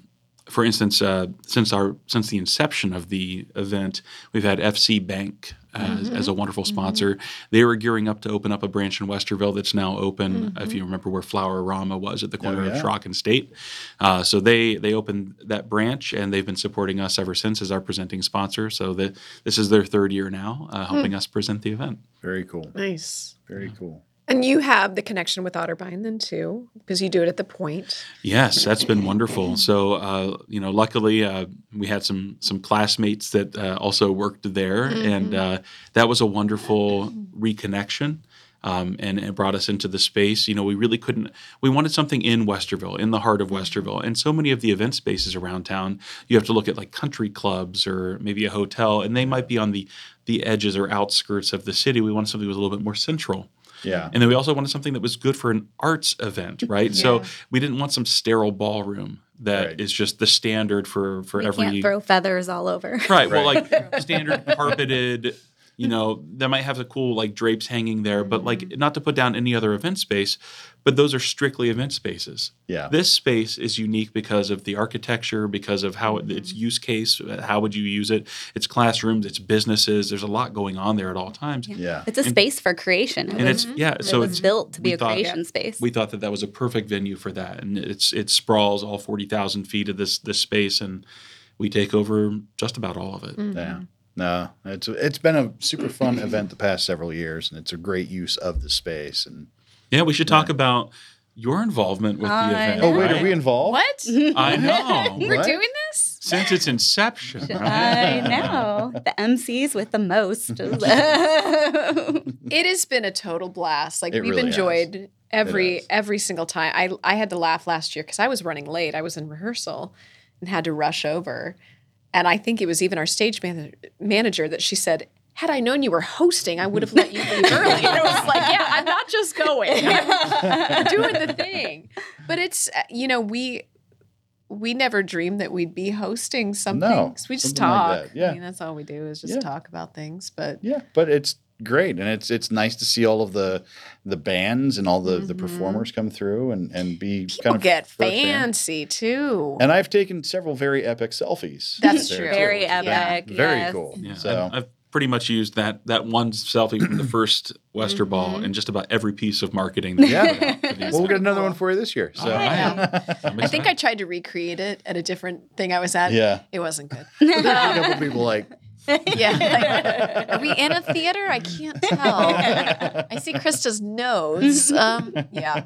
for instance, uh, since our since the inception of the event, we've had FC Bank uh, as, as a wonderful sponsor. They were gearing up to open up a branch in Westerville that's now open. If you remember where Flower Rama was at the corner
yeah.
of Schrock and State, uh, so they they opened that branch and they've been supporting us ever since as our presenting sponsor. So that this is their third year now uh, helping us present the event.
Very cool.
Nice.
Very cool.
And you have the connection with Otterbein then too, because you do it at the point.
Yes, that's been wonderful. So, uh, you know, luckily uh, we had some some classmates that uh, also worked there, and uh, that was a wonderful reconnection. Um, and it brought us into the space. You know, we really couldn't. We wanted something in Westerville, in the heart of Westerville, and so many of the event spaces around town. You have to look at like country clubs or maybe a hotel, and they might be on the the edges or outskirts of the city. We wanted something that was a little bit more central.
Yeah.
And then we also wanted something that was good for an arts event, right? So we didn't want some sterile ballroom that is
Right.
just the standard for for
We
every
can't throw feathers all over.
<laughs>
<laughs>
right. Well, like standard carpeted. You know, that might have the cool like drapes hanging there, but like not to put down any other event space, but those are strictly event spaces.
Yeah.
This space is unique because of the architecture, because of how it, its use case, how would you use it? It's classrooms, it's businesses. There's a lot going on there at all times.
yeah.
It's a space for creation. It
And
was
it's yeah, so
was
it's
built to be
we
a
thought-
creation space.
we thought that that was a perfect venue for that, and it's it sprawls all forty thousand feet of this this space, and we take over just about all of it.
Mm.
Yeah. No, it's it's been a super fun event the past several years, and it's a great use of the space. And
Yeah, we should talk about your involvement with the
I
event.
know.
oh wait, are
right?
we involved? <laughs>
What?
I know.
<laughs> You were
What?
doing this?
Since its
<laughs>
inception, right? <laughs>
I know the MCs with the most. <laughs>
It has been a total blast. Like
It
we've
really
enjoyed
It
every
has.
every single time. I I had to laugh last year because I was running late. I was in rehearsal and had to rush over. And I think it was even our stage man- manager that she said, "Had I known you were hosting, I would have let you leave early." <laughs> And I was like, "Yeah, I'm not just
<laughs>
going, I'm doing the thing." But it's uh, you know we. We never dreamed that we'd be hosting something.
No,
we just
something like
talk.
that, yeah.
I mean, that's all we do is just
Yeah.
talk about things. But
Yeah, but it's great, and it's it's nice to see all of the the bands and all the the performers come through and and be
Mm-hmm. people
kind of
get
firsthand.
fancy too.
And I've taken several very epic selfies.
That's
there,
true.
too,
Very
which has been
epic,
Very
yes.
cool.
Yeah, uh,
So
I've, I've pretty much used that that one selfie from the first Wester Ball
Mm-hmm.
in just about every piece of
<laughs>
marketing. That
Yeah.
we put out for the
well, we'll
event.
get another one for you this year. So
All right. I'm
I think
excited.
I tried to recreate it at a different thing I was
<laughs>
at. <laughs>
Yeah.
It wasn't good.
a couple people like
yeah. Like, are we in a theater? I can't
<laughs>
tell. I see Krista's nose. Um,
<laughs>
yeah.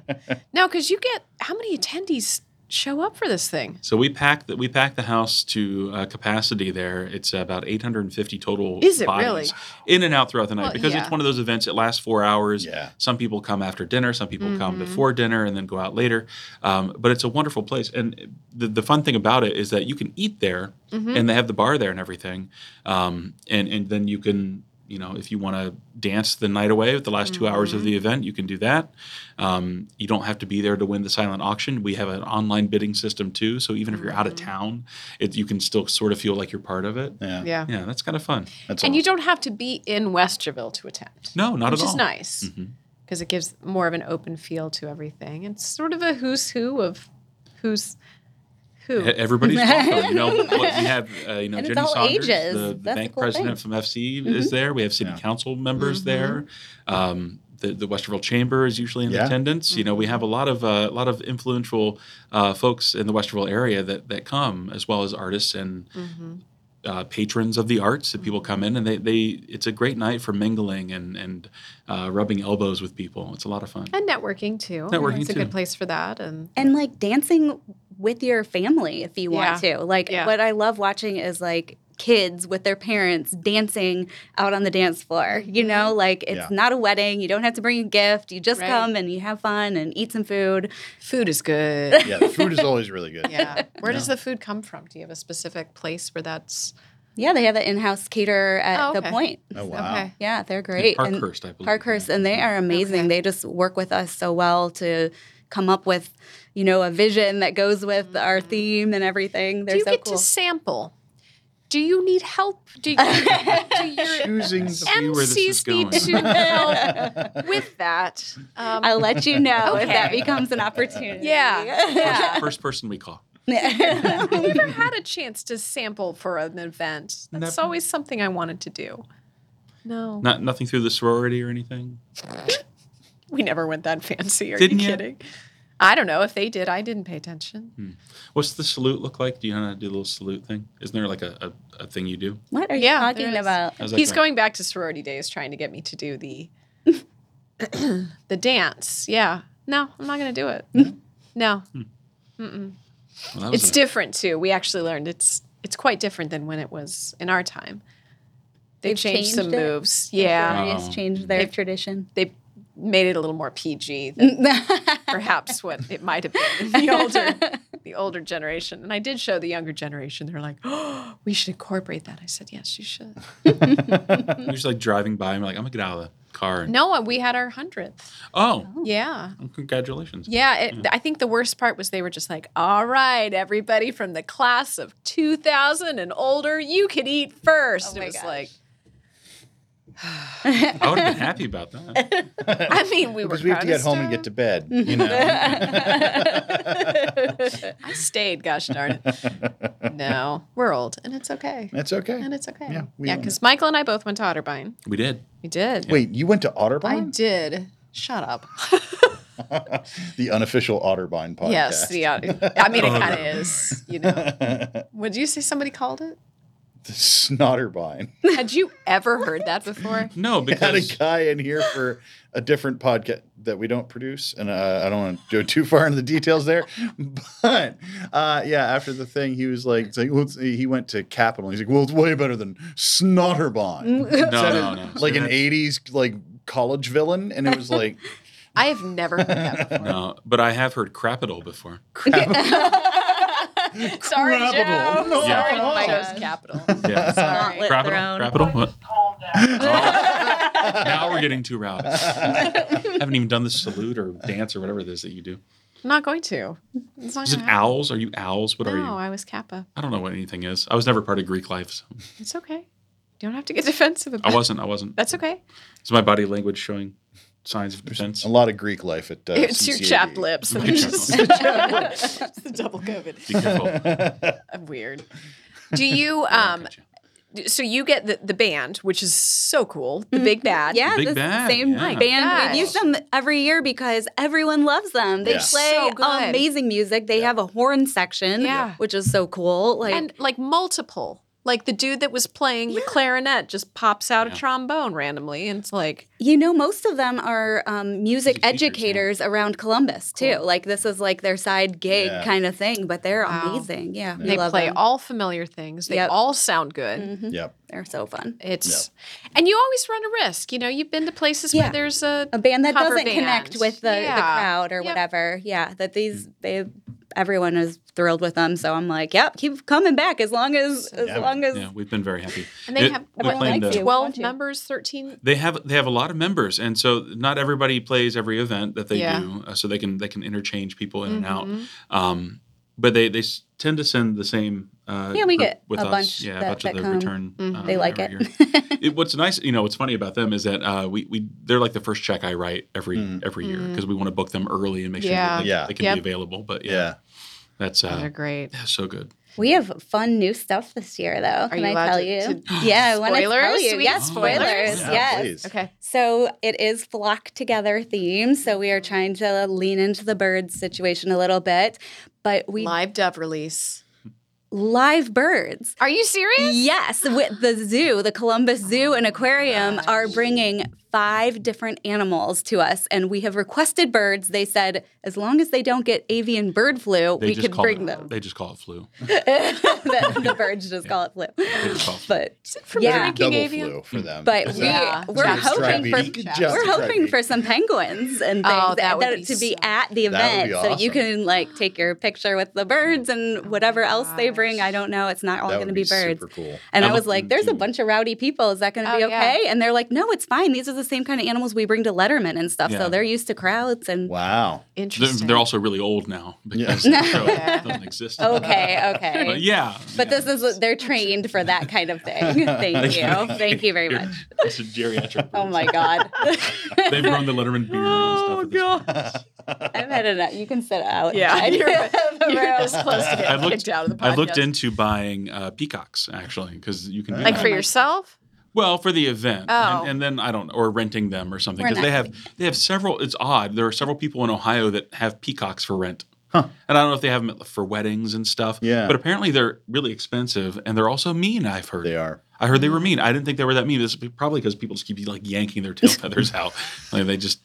No, because you get how many attendees show up for this thing?
So we packed the, we packed the house to uh, capacity there. It's about 850 total
Is it
bodies
really?
in and out throughout the night
Well,
because
yeah.
it's one of those events. It lasts four hours.
Yeah.
Some people come after dinner. Some people
Mm-hmm.
come before dinner and then go out later. Um, but it's a wonderful place. And the, the fun thing about it
Mm-hmm.
is that you can eat there and they have the bar there and everything. Um, and, and then you can you know, if you want to dance the night away with the last two hours
Mm-hmm.
of the event, you can do that. Um, you don't have to be there to win the silent auction. We have an online bidding system too, so even if you're out
Mm-hmm.
of town, it, you can still sort of feel like you're part of it.
Yeah.
Yeah.
Yeah, that's kind of fun.
That's
And
all.
you don't have to be in Westerville to attend.
No, not
which
at all. Mm-hmm.
is nice because it gives more of an open feel to everything. It's sort of a who's who of who's who.
E- Everybody's welcome. You
<laughs>
know, What- we have uh, you know
And it's
Jenny
all
Saunders,
ages.
the, the
That's the
bank
cool Mm-hmm.
president from FC, is there. We have city
Yeah.
council members there. Um, the, the Westerville Chamber is usually in
Yeah.
attendance. You know, we
Mm-hmm.
have a lot of uh, a lot of influential uh, folks in the Westerville area that that come, as well as artists and
Mm-hmm.
uh, patrons of the arts. That people come in and they they it's a great night for mingling and and uh, rubbing elbows with people. It's a lot of fun.
and networking too.
Networking,
it's a
too.
good place for that. And
and like dancing with your family if you want
Yeah.
to. Like
Yeah.
what I love watching is like kids with their parents dancing out on the dance floor. You know, like it's
Yeah.
not a wedding. You don't have to bring a gift. You just
Mm-hmm. Right.
come and you have fun and eat some food.
<laughs> food is <laughs> good.
yeah, the food is always really good.
yeah. Where does the food come from? Do you have a specific place where that's
Yeah, they have an in-house caterer at
Oh,
the
okay.
point.
Oh wow.
okay?
Yeah, they're great. And-
Parkhurst, I believe.
Parkhurst, and they are amazing.
Okay.
They just work with us so well to come up with, you know, a vision that goes with our theme and everything. They're
Mm-hmm. Do
so
you get
cool.
to sample? Do you need help? Do, you, <laughs> do your
Choosing the
See where this is
MCs need
going.
to <laughs> help with that? Um,
I'll let you know if that
Okay.
becomes an opportunity.
Yeah.
First, first person we call.
I've
<laughs>
never had a chance to sample for an event. That's
Never.
always something I wanted to do. No,
Not nothing through the sorority or anything.
we never went that fancy. Are
Didn't
you
you?
kidding? I don't know if they did. I didn't pay attention.
Mm. What's the salute look like? Do you know how to do a little salute thing? Isn't there like a, a, a thing you do?
What are you
Yeah, there
talking
is.
about?
How's that
He's going back to sorority days, trying to get me to do the <coughs> the dance. Yeah, no, I'm not going to do it. no,
Well, that was
it's
a-
different too. We actually learned it's it's quite different than when it was in our time. They
They've
changed, some
changed it?
moves. Yeah,
Sororities
Oh.
changed their
They've-
tradition.
they made it a little more PG than
<laughs>
perhaps what it might have been in the older the older generation. And I did show the younger generation. They're like, oh, we should incorporate that. I said, yes, you should.
You're just like driving by and you're like, I'm gonna get out of the car. And,
No, we had our hundredth.
Oh,
Yeah.
well, congratulations.
Yeah, it, I think the worst part was they were just like, "All right, everybody from the class of 2000 and older, you could eat first.
Oh my
it was
gosh.
<laughs>
like,
I would
<laughs>
have been happy about that.
I mean, we were
Because we have to
kinda
get home and get
stoned.
to bed.
Mm-hmm.
You know.
<laughs> I stayed. Gosh darn it! no, we're old, and it's okay.
That's okay.
And it's okay.
Yeah, we own
because Michael and I both went to Otterbein.
We did.
We did.
Wait, you went to
I
Otterbein?
did. Shut up.
the unofficial Otterbein podcast.
<laughs> yes. The, <laughs> uh, I mean, it kind of is, you know.
<laughs>
Would you say somebody called <laughs> it?
The Snotterbein.
Had you ever heard that before?
No,
<laughs> had a
because
guy in here for a different podcast that we don't produce, and uh, I don't want to go too far into the details there. <laughs> But uh, yeah, after the thing, he was like, it's like well, it's- he went to Capital. He's like, well, it's way better than
<laughs>
Snotterbond,
no, no, no.
like an '80s like college villain, and it was
<laughs>
like,
I have never heard
<laughs>
that before.
No, but I have heard crapital before.
Sorry, Joe.
Crapital. No.
Sorry,
Yeah.
Michael's capital.
<laughs>
Yeah.
Gauntlet
Crapital?
throne.
Crapital?
<laughs>
What?
calm down.
Now we're getting too
<laughs>
rowdy. haven't even done the salute or dance or whatever it is that you do.
I'm not going to. It's not
Is it
gonna happen.
owls? Are you owls? What are
No,
you?
I was Kappa.
I don't know what anything is. I was never part of Greek life. So
It's okay. You don't have to get <laughs> defensive about
I
it.
wasn't. I wasn't.
That's okay.
Is my body language showing signs of defense?
a lot of Greek life at uh,
It's your
CCAD. <laughs>
chapped lips. that are just- <laughs> It's the double
Be
COVID.
careful.
I'm weird. <laughs>
<laughs>
Do you um
Gotcha.
so you get the, the band, which is so cool, the big bad.
Mm-hmm. Yeah,
Big
this
band,
same
yeah.
band.
Gosh.
We use them every year because everyone loves them. They
Yeah.
play
So good.
amazing music. They have a horn section,
Yeah.
which is so cool. Like
And like multiple. Like the dude that was playing the clarinet just pops out a trombone randomly and it's like
You know, most of them are um, music
Music teachers, yeah.
educators around Columbus too. Like this is like their side gig
Yeah.
kind of thing, but they're
Wow.
amazing. Yeah, we
they
love
play
them.
all familiar things. They
Yep. Mm-hmm.
all sound good.
Yep.
They're so fun.
It's and you always run a risk. You know, you've been to places
Yeah.
where there's a
A band that
cover
doesn't
band.
connect with the, the
Yeah.
crowd or
Yep.
whatever. Yeah, that these they everyone is thrilled with them. So I'm like, yep, keep coming back as long as as
Yeah,
long as
Yeah, we've been very happy.
And they
It-
have
they're
Everyone
playing
likes
the-
you. want
twelve members, thirteen.
they have they have a lot of members, and so not everybody plays every event that they
Yeah.
do. Uh, so they can they can interchange people in and
Mm-hmm.
out. Um, but they they s- tend to send the same. Uh,
Yeah, we
group
get
with
a
us.
bunch
Yeah,
that-
a bunch
that
of the
come. Mm-hmm.
return. uh,
they like
every
it.
year.
<laughs>
It- What's nice, you know, what's funny about them is that uh, we we they're like the first check I write every every year
Mm-hmm.
because we want to book them early and make sure
Yeah.
that they,
Yeah.
they can
Yep.
be available. But yeah,
Yeah.
that's
They're
uh,
great.
yeah, so good.
we have fun new stuff this year, though. Are can
you
I
allowed
tell
to-
you?
to-
<gasps> yeah, I want to tell
Spoilers?
you.
Sweet
Yes,
spoilers?
spoilers.
Yeah,
yes.
please.
Okay.
So it is flock together theme. So we are trying to lean into the bird situation a little bit, but we
Live dove release.
live birds.
Are you serious?
Yes, with the zoo, the Columbus Zoo and Aquarium are bringing five different animals to us, and we have requested birds. They said as long as they don't get avian bird flu,
They
we
just
could
call
bring
it,
them. <laughs>
They just call it flu.
the, the
<laughs>
birds just call it flu,
They just call it flu.
but
From
Yeah.
drinking
Double
avian?
flu for them.
but
Is
we
that-
Yeah.
we're
Just
hoping for
diabetes.
Just
Just
we're hoping
diabetes.
for some penguins and things
Oh, that would be
to be
so-
at
That
the
would
event
be
so
awesome.
you can like take your picture with the birds and whatever else they
Oh gosh.
bring i don't know it's not all
That
going to
would
be,
be
birds
super cool.
and i
I'm
was
looking
like there's a
to-
bunch of rowdy people is that going to
Oh,
be
yeah.
okay and they're like no it's fine these are the same kind of animals we bring to letterman and stuff
Yeah.
so they're used to crowds and
Wow.
They're,
Interesting.
they're
<laughs>
also really old now because the show doesn't exist.
<laughs> okay okay
But Uh, yeah.
But
yeah.
this is they're trained for that kind of thing. <laughs> Thank you. Thank you very much.
<laughs> It's a
<laughs>
geriatric.
Oh my god.
<laughs>
They've grown the Letterman beard
Oh,
and stuff. at this point.
I've had enough. You can sit out. <laughs>
yeah. You're,
The
<laughs>
you're
room.
this close to
I
getting
looked-
kicked out of the podcast.
I looked into buying uh, peacocks actually because you can do
like
that.
for yourself.
well for the event
Oh.
and, and then I don't or renting them or something
We're
because they
not
have they have several. It's odd. There are several people in Ohio that have peacocks for rent. And I don't know if they have them for weddings and stuff.
Yeah.
But apparently they're really expensive and they're also mean. I've heard
They are.
I heard
Mm.
they were mean. I didn't think they were that mean. This is probably because people just keep like yanking their tail
<laughs>
feathers out. Like they just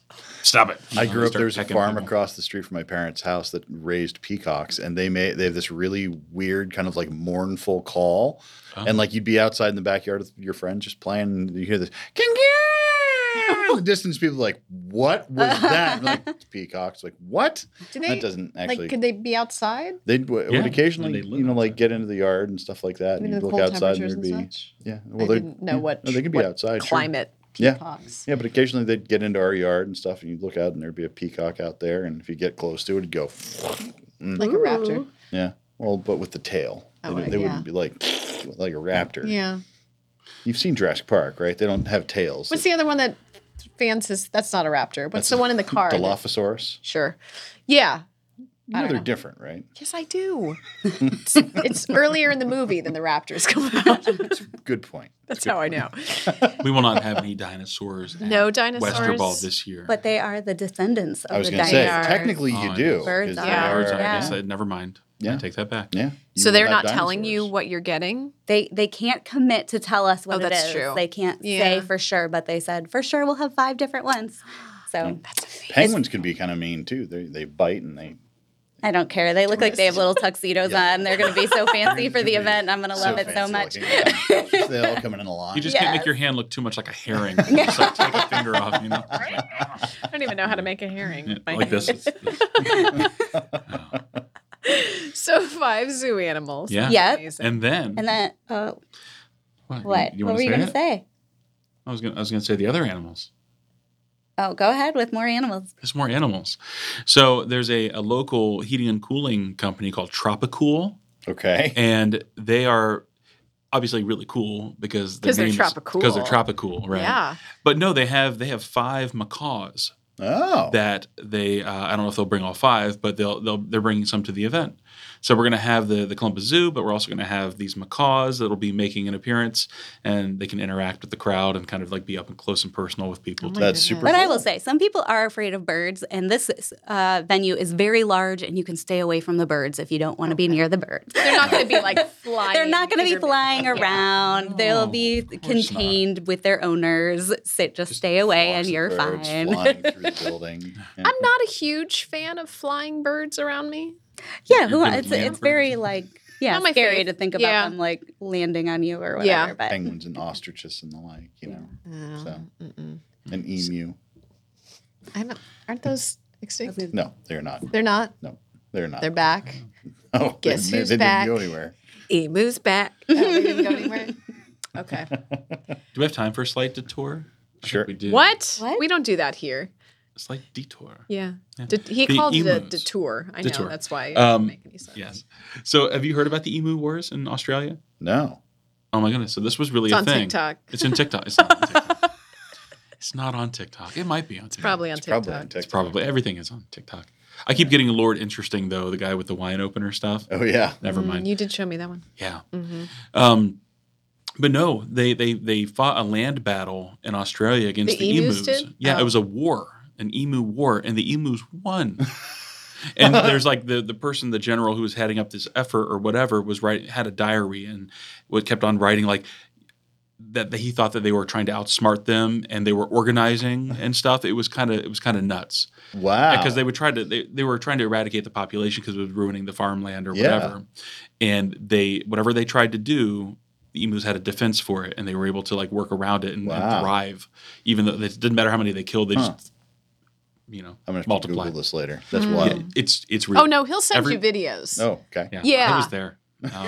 stop it.
I grew up.
Start
There's a
pecking
farm
people.
across the street from my parents' house that raised peacocks, and they made they have this really weird kind of like mournful call,
Oh.
and like you'd be outside in the backyard with your friend just playing, and you hear this kangaroo in the distance. People are like, what was that? And like
<laughs>
"It's peacocks, like what?
Do
that doesn't actually.
they be outside?
they w-
Yeah,
would occasionally,
they live
you know, like
outside.
get into the yard and stuff like that, and you'd look outside and there'd be yeah. Well,
I
they
didn't know what
no, they could be
what
outside. sure.
Climate.
Yeah.
Peacocks.
Yeah, but occasionally they'd get into our yard and stuff, and you'd look out and there'd be a peacock out there, and if you get close to it, it'd go. <sniffs> Mm.
Like a raptor.
Yeah. Well, but with the tail,
Oh,
they,
right,
they
yeah.
wouldn't be like <sniffs> like a raptor.
Yeah.
You've seen Jurassic Park, right? They don't have tails.
What's the other one that fans is? That's not a raptor. What's
That's
the one in the car? that-
Dilophosaurus.
Sure. Yeah.
You know
don't
they're
know.
different, right?
Yes, I do. it's, it's earlier in the movie than the raptors come out.
Good point.
<laughs> That's how I know.
We will not have any
<laughs>
dinosaurs. at
No dinosaurs.
Westerball this year.
But they are the descendants of
I was
the
going to say,
dinosaurs.
are-
technically you
Oh,
do.
yes.
Birds
'cause
are.
they
Yeah.
Birds, I
Yeah.
guess. I- Never mind. I
Yeah.
take that back.
Yeah. you
So they're
will have
not telling you
dinosaurs.
what you're getting.
They they can't commit to tell us what
Oh, that's
it is.
true.
They can't
Yeah.
say for sure, but they said for sure we'll have five different ones. So
Penguins can be kind of mean too. They they bite and they.
I don't care. They look like they have little tuxedos
Yeah.
on. They're going to
<laughs>
be so fancy for the
They're
event. I'm going to love it so much.
<laughs>
much. they all come in in a line.
You just can't make your hand look too much like a
<laughs>
herring. Just like take a finger off, you know?
I don't even know how to make a herring.
Yeah,
with my
Like this.
hand. So <laughs> five zoo animals.
Yeah.
Yep.
<laughs>
Amazing.
And then.
And then uh,
what? you-
what?
You,
what
want
were
to say,
you going
it?
to say?
I was going. I was going to say the other animals.
Oh, go ahead with more animals.
There's more animals. So there's a, a local heating and cooling company called Tropicool,
okay.
and they are obviously really cool because their
'Cause they're
name is-
tropicool.
Because they're tropicool, right?
Yeah.
But no, they have they have five macaws
Oh.
<laughs> that they uh, I don't know if they'll bring all five, but they'll they'll they're bringing some to the event. So we're gonna have the the Columbus Zoo, but we're also gonna have these macaws that'll be making an appearance, and they can interact with the crowd and kind of like be up and close and personal with people.
Oh
too.
That's super.
But I will say, some people are afraid of birds, and this uh, venue is very large, and you can stay away from the birds if you don't want to be near the birds.
<laughs> They're not going to be like flying.
They're not going to be
bigger-
flying around. They'll
No,
be
course
contained with their owners. Sit, just,
Just
stay away,
flocks
and
of
you're
birds
fine.
Flying through
<laughs>
the building. Yeah.
I'm not a huge fan of flying birds around me.
yeah, who?
You're good
It's
with land
it's
birds.
very like yeah,
Not my
scary
fave.
to think about
Yeah.
them like landing on you or whatever.
Yeah.
but <laughs>
penguins and ostriches and the like, you know, So. an emu.
I don't, aren't those extinct?
No, they're not.
They're not.
No, They're not. <laughs>
They're back.
Oh, <laughs>
Guess
they,
who's
they
back?
didn't go anywhere.
Emu's <laughs> back. Oh, we didn't go anywhere.
<laughs>
Okay.
Do we have time for a slight detour? I think
Sure.
We do.
What?
What?
We don't do that here.
A slight detour.
Yeah. Det- he
The
called it a
emus.
detour. I know.
Detour.
That's why it
Um,
doesn't make any sense.
Yes. So, have you heard about the emu wars in Australia?
No.
Oh my goodness! So this was really
It's
a
on
thing.
TikTok.
It's in TikTok. It's
<laughs>
not. On TikTok. it's not on TikTok. It might be on TikTok.
Probably on
It's
TikTok.
probably on TikTok.
It's probably everything is on TikTok. I keep getting Lord interesting though. The guy with the wine opener stuff.
Oh yeah.
Never
Mm,
mind.
You did show me that one.
Yeah.
Mm-hmm.
Um, but no, they they they fought a land battle in Australia against
The
the,
emus
emus.
did?
Yeah,
Oh.
it was a war, an emu war, and the emus won. <laughs> and there's like the the person, the general who was heading up this effort or whatever, was right had a diary and what kept on writing like. That that he thought that they were trying to outsmart them, and they were organizing and stuff. It was kind of it was kind of nuts
Wow.
because they would try to they, they were trying to eradicate the population because it was ruining the farmland or
Yeah.
whatever and they whatever they tried to do the emus had a defense for it and they were able to like work around it and, and
Wow.
thrive even though it didn't matter how many they killed they just you know
I'm gonna have to
multiply
Google this later.
Hmm.
That's wild.
it's it's real
Oh, no. He'll send
Every-
you videos.
Oh, okay.
yeah,
Yeah.
i
<laughs>
was there um,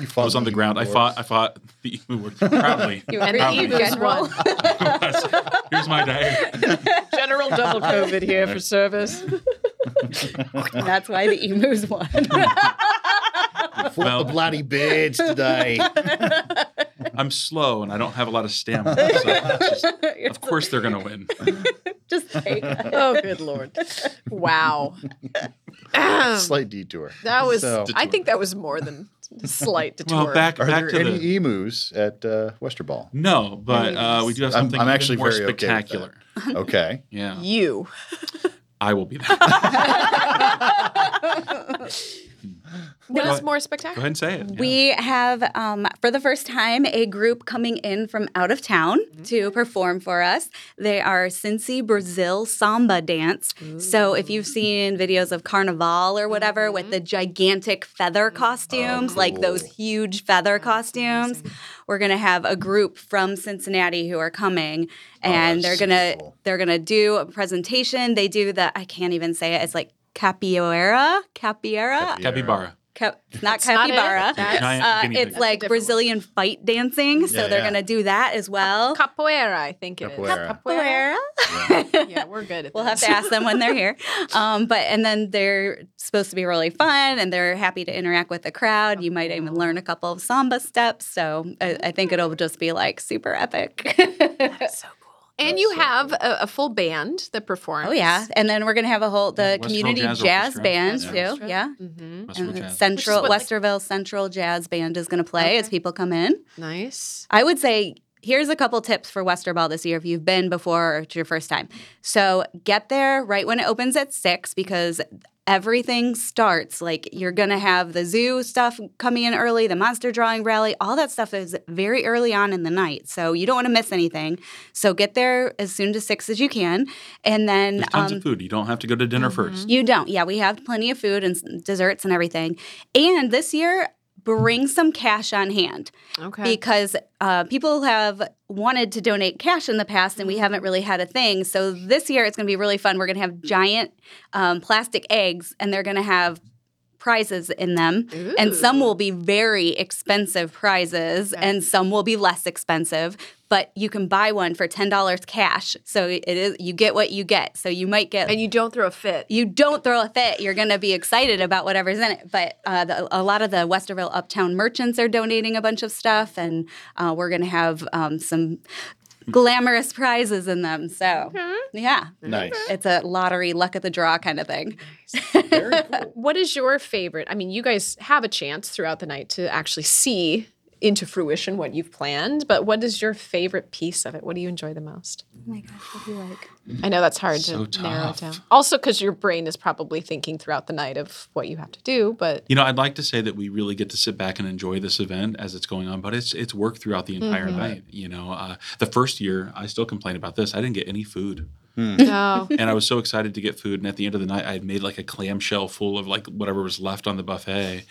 You
i was on the ground i fought i fought the emu wars <laughs> proudly
You
And the
Probably.
emus
General.
won.
here's my diary
General double COVID here for service.
That's why the emus <laughs> won.
well
bloody birds
<laughs>
today.
i'm slow and i don't have a lot of stamina so it's just-
You're
of course they're gonna
<laughs>
win
just take it.
Oh, good Lord. Wow. that
Slight detour.
was,
So,
I think that was more than slight detour.
well back
are there
back to
any
the
emus at uh, Westerball?
No, but uh, we do have
I'm-
something
I'm
even
actually
more
very okay with that.
spectacular.
<laughs>
Okay.
Yeah,
You.
I will
<laughs>
be there. Go
What is
ahead.
more spectacular?
ahead and say it.
We have, um, for the first time, a group coming in from out of town to perform for us. They are Cincy Brazil Samba Dance. So if you've seen videos of Carnival or whatever with the gigantic feather costumes, like those
cool.
huge feather costumes, we're gonna have a group from Cincinnati who are coming, and they're
that's
gonna
cool.
they're gonna do a presentation. They do the I can't even say it. It's like capoeira, capoeira.
yeah. Capybara.
Ca- it's not
not it.
capybara.
That's-
Giant
Uh,
guinea
it's
pig.
like Brazilian fight dancing, so
Yeah,
they're
yeah.
gonna do that as well.
Uh, Capoeira, I think it is.
Capoeira.
Capoeira.
Yeah, we're good at
We'll have
this.
to ask them when they're
<laughs>
here. Um, but and then they're supposed to be really fun, and they're happy to interact with the crowd. You might even learn a couple of samba steps. So I, I think it'll just be like super epic.
so cool. And you have a, a full band that performs.
oh yeah, <laughs> and then we're gonna have a whole the
Westfield
community
Jazz
jazz,
Orchestra.
band
Jazz
too.
Orchestra.
Yeah.
Mm-hmm.
That's real
And the
jazz.
Central
what, like-
Westerville Central Jazz Band is going to play as people come in.
Nice.
I would say here's a couple tips for Westerball this year if you've been before or it's your first time. So get there right when it opens at six because everything starts. Like you're gonna have the zoo stuff coming in early, the monster drawing rally, all that stuff is very early on in the night. So you don't want to miss anything. So get there as soon to six as you can, and then
There's tons
um, Mm-hmm.
of food. You don't have to go to dinner first.
you don't. Yeah, we have plenty of food and s- desserts and everything. And this year, bring some cash on hand
Okay.
because uh, people have wanted to donate cash in the past and we
Mm-hmm.
haven't really had a thing. So this year it's going to be really fun. We're going to have giant um, plastic eggs and they're going to have prizes in them. And some will be very expensive prizes and some will be less expensive. But you can buy one for ten dollars cash, so it is you get what you get. So you might get
and you don't throw a fit.
you don't throw a fit. You're going to be excited about whatever's in it. But uh, the, a lot of the Westerville Uptown merchants are donating a bunch of stuff, and uh, we're going to have um, some glamorous prizes in them. So, yeah.
Nice.
It's a lottery, luck of the draw kind of thing.
Very cool.
What is your favorite? I mean, you guys have a chance throughout the night to actually see into fruition what you've planned, but what is your favorite piece of it? What do you enjoy the most?
Oh my gosh, what do you like?
I know that's hard
So
to narrow it
tough.
down. Also, because your brain is probably thinking throughout the night of what you have to do, but
You know, I'd like to say that we really get to sit back and enjoy this event as it's going on, but it's it's work throughout
Mm-hmm.
the entire night. You know, uh, the first year I still complain about this. I didn't get any
<laughs>
food, <laughs>
no.
and I was so excited to get food. And at the end of the night, I had made like a clamshell full of like whatever was left on the buffet,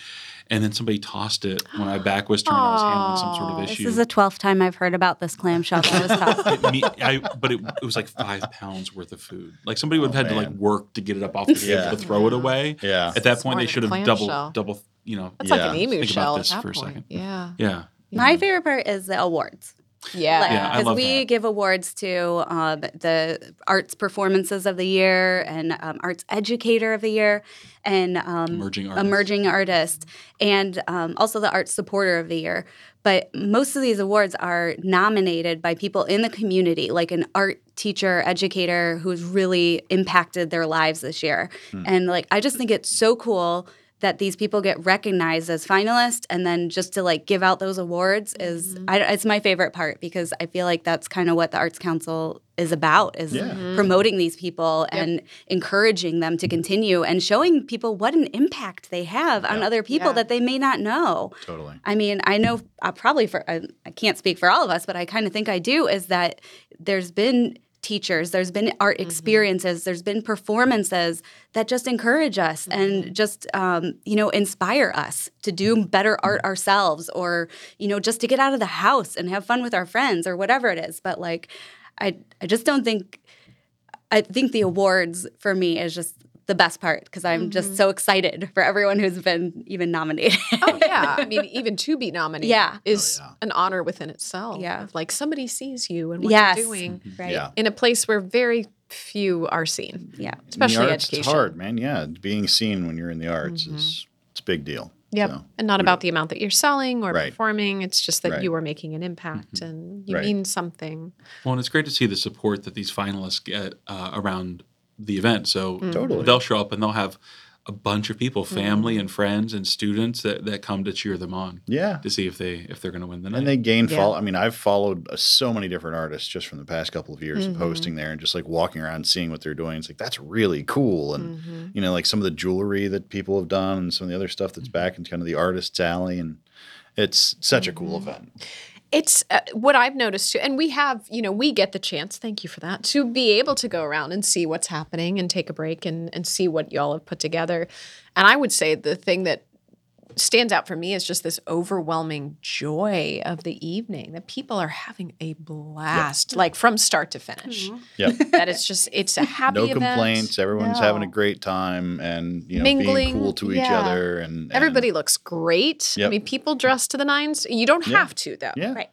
and then somebody tossed it when
<gasps>
my back was turned. I was handling some sort
Aw,
of
this
This
issue.
is the twelfth time I've heard about this clam shell that <laughs> was tossed.
It me- I- but it, it was like five pounds worth of food. Like somebody would have had to like
Oh, man.
work to get it up off the table
Yeah.
to throw it away.
Yeah.
At that
more
point, they
than
should have
clam
double,
shell.
double, you know.
That's
Yeah,
like an emu
think about
shell
this
at that
for a
point.
second. <laughs>
Yeah.
Yeah.
My favorite part is the awards.
Yeah.
Like,
Yeah, I
'cause
love
we
that.
give awards to um, the arts performances of the year and um, arts educator of the year and um,
Emerging artist.
emerging artist and um, also the arts supporter of the year. But most of these awards are nominated by people in the community, like an art teacher, educator who's really impacted their lives this year. And like, I just think it's so cool that these people get recognized as finalists and then just to like give out those awards is I, it's my favorite part because i feel like that's kind of what the arts council is about is
Yeah. Mhm.
promoting these people and encouraging them to continue and showing people what an impact they have on other people
Yeah.
that they may not know
Totally.
I mean, I know uh, probably for I, I can't speak for all of us, but I kind of think I do is that there's been teachers, there's been art experiences, there's been performances that just encourage us and just um, you know inspire us to do better art ourselves, or you know just to get out of the house and have fun with our friends or whatever it is. But like, I I just don't think I think the awards for me is just. The best part because I'm just so excited for everyone who's been even nominated. <laughs>
Oh yeah. I mean, even to be nominated
Yeah.
is
Oh, yeah.
an honor within itself.
Yeah.
Of, Like somebody sees you and what
Yes.
you're doing
Mm-hmm.
right?
Yeah.
in a place where very few are seen,
Yeah.
In the
especially
arts,
education. Mm-hmm.
It's hard, man. Yeah, being seen when you're in the arts is it's a big deal.
Yep.
So,
and not about the amount that you're selling or
Right.
performing. It's just that
Right. Mm-hmm.
you are making an impact and you
Right.
mean something.
Well, and it's great to see the support that these finalists get uh, around the event. So
Mm-hmm.
Totally.
they'll show up and they'll have a bunch of people, family and friends and students that, that come to cheer them on
yeah.
to see if they if they're going to win the night.
And they gain follow. I mean, I've followed uh, so many different artists just from the past couple of years of
Mm-hmm.
hosting there and just like walking around seeing what they're doing. It's like that's really cool. And
Mm-hmm.
you know, like some of the jewelry that people have done and some of the other stuff
Mm-hmm.
that's back in kind of the artists alley and it's such a cool
Mm-hmm.
event.
It's uh, what I've noticed too. And we have, you know, we get the chance, thank you for that, to be able to go around and see what's happening and take a break and, and see what y'all have put together. And I would say the thing that stands out for me is just this overwhelming joy of the evening that people are having a blast, like from start to finish. <laughs>
Yeah.
That it's just, it's a happy
Mm-hmm. <laughs> no
event.
complaints. Everyone's having a
No.
great time and you know
Mingling,
being cool to each
yeah.
other and, and-
Everybody looks great. I
Yep.
mean, people dress to the nines. You don't
Yeah.
have to though.
Yeah.
Right.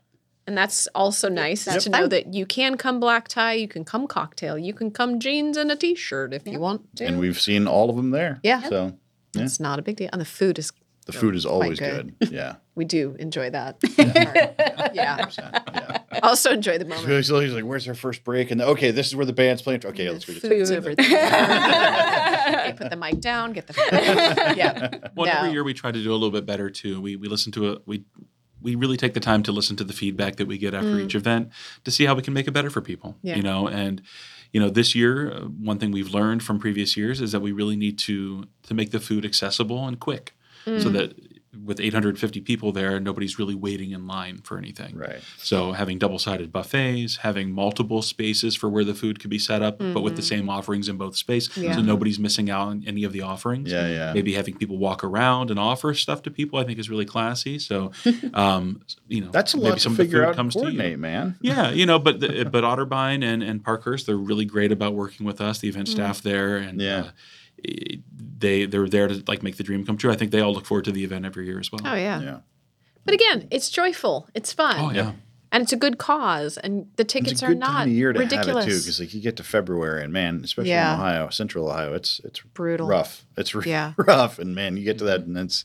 And that's also nice is to know that you can come black tie, you can come cocktail, you can come jeans and a t-shirt if you want to.
And we've seen all of them there.
Yeah.
So
It's not a big deal. And the food is
the food is always
good.
good.
<laughs>
Yeah.
we do enjoy that. part. Yeah. <laughs>
yeah.
Also enjoy
<laughs>
the moment.
He's always like, "Where's their first break?" And okay, this is where the band's playing. Okay, let's go get
Food's over there. Okay, put the mic down, get the food. Yeah.
Well,
No.
every year we try to do a little bit better too. We we listen to a we we really take the time to listen to the feedback that we get after each event to see how we can make it better for people.
Mm. Yeah.
You know, and you know this year uh, one thing we've learned from previous years is that we really need to to make the food accessible and quick,
Mm.
so that with 850 people there, nobody's really waiting in line for anything.
Right.
So having double-sided buffets, having multiple spaces for where the food could be set up, but with the same offerings in both space,
Mm-hmm. Yeah.
so nobody's missing out on any of the offerings
Yeah, yeah.
maybe having people walk around and offer stuff to people i think is really classy
<laughs>
so um you know
That's a
maybe
lot to
some of the
figure
food
out. and
comes to you.
coordinate, man.
yeah you know
<laughs>
but the, but otterbein and and parkhurst they're really great about working with us the event
Mm.
staff there and
Yeah.
uh, it- they they're there to like make the dream come true i think they all look forward to the event every year as well
Oh yeah.
Yeah.
But again, it's joyful. It's fun.
oh yeah
And it's a good cause. And the tickets
It's a
are
good
not
time of year to
ridiculous.
have it too, because like you get to February and man, especially
Yeah.
in Ohio, Central Ohio, it's it's
Brutal.
rough. It's re-
Yeah.
<laughs> rough, and man, you get to that, and it's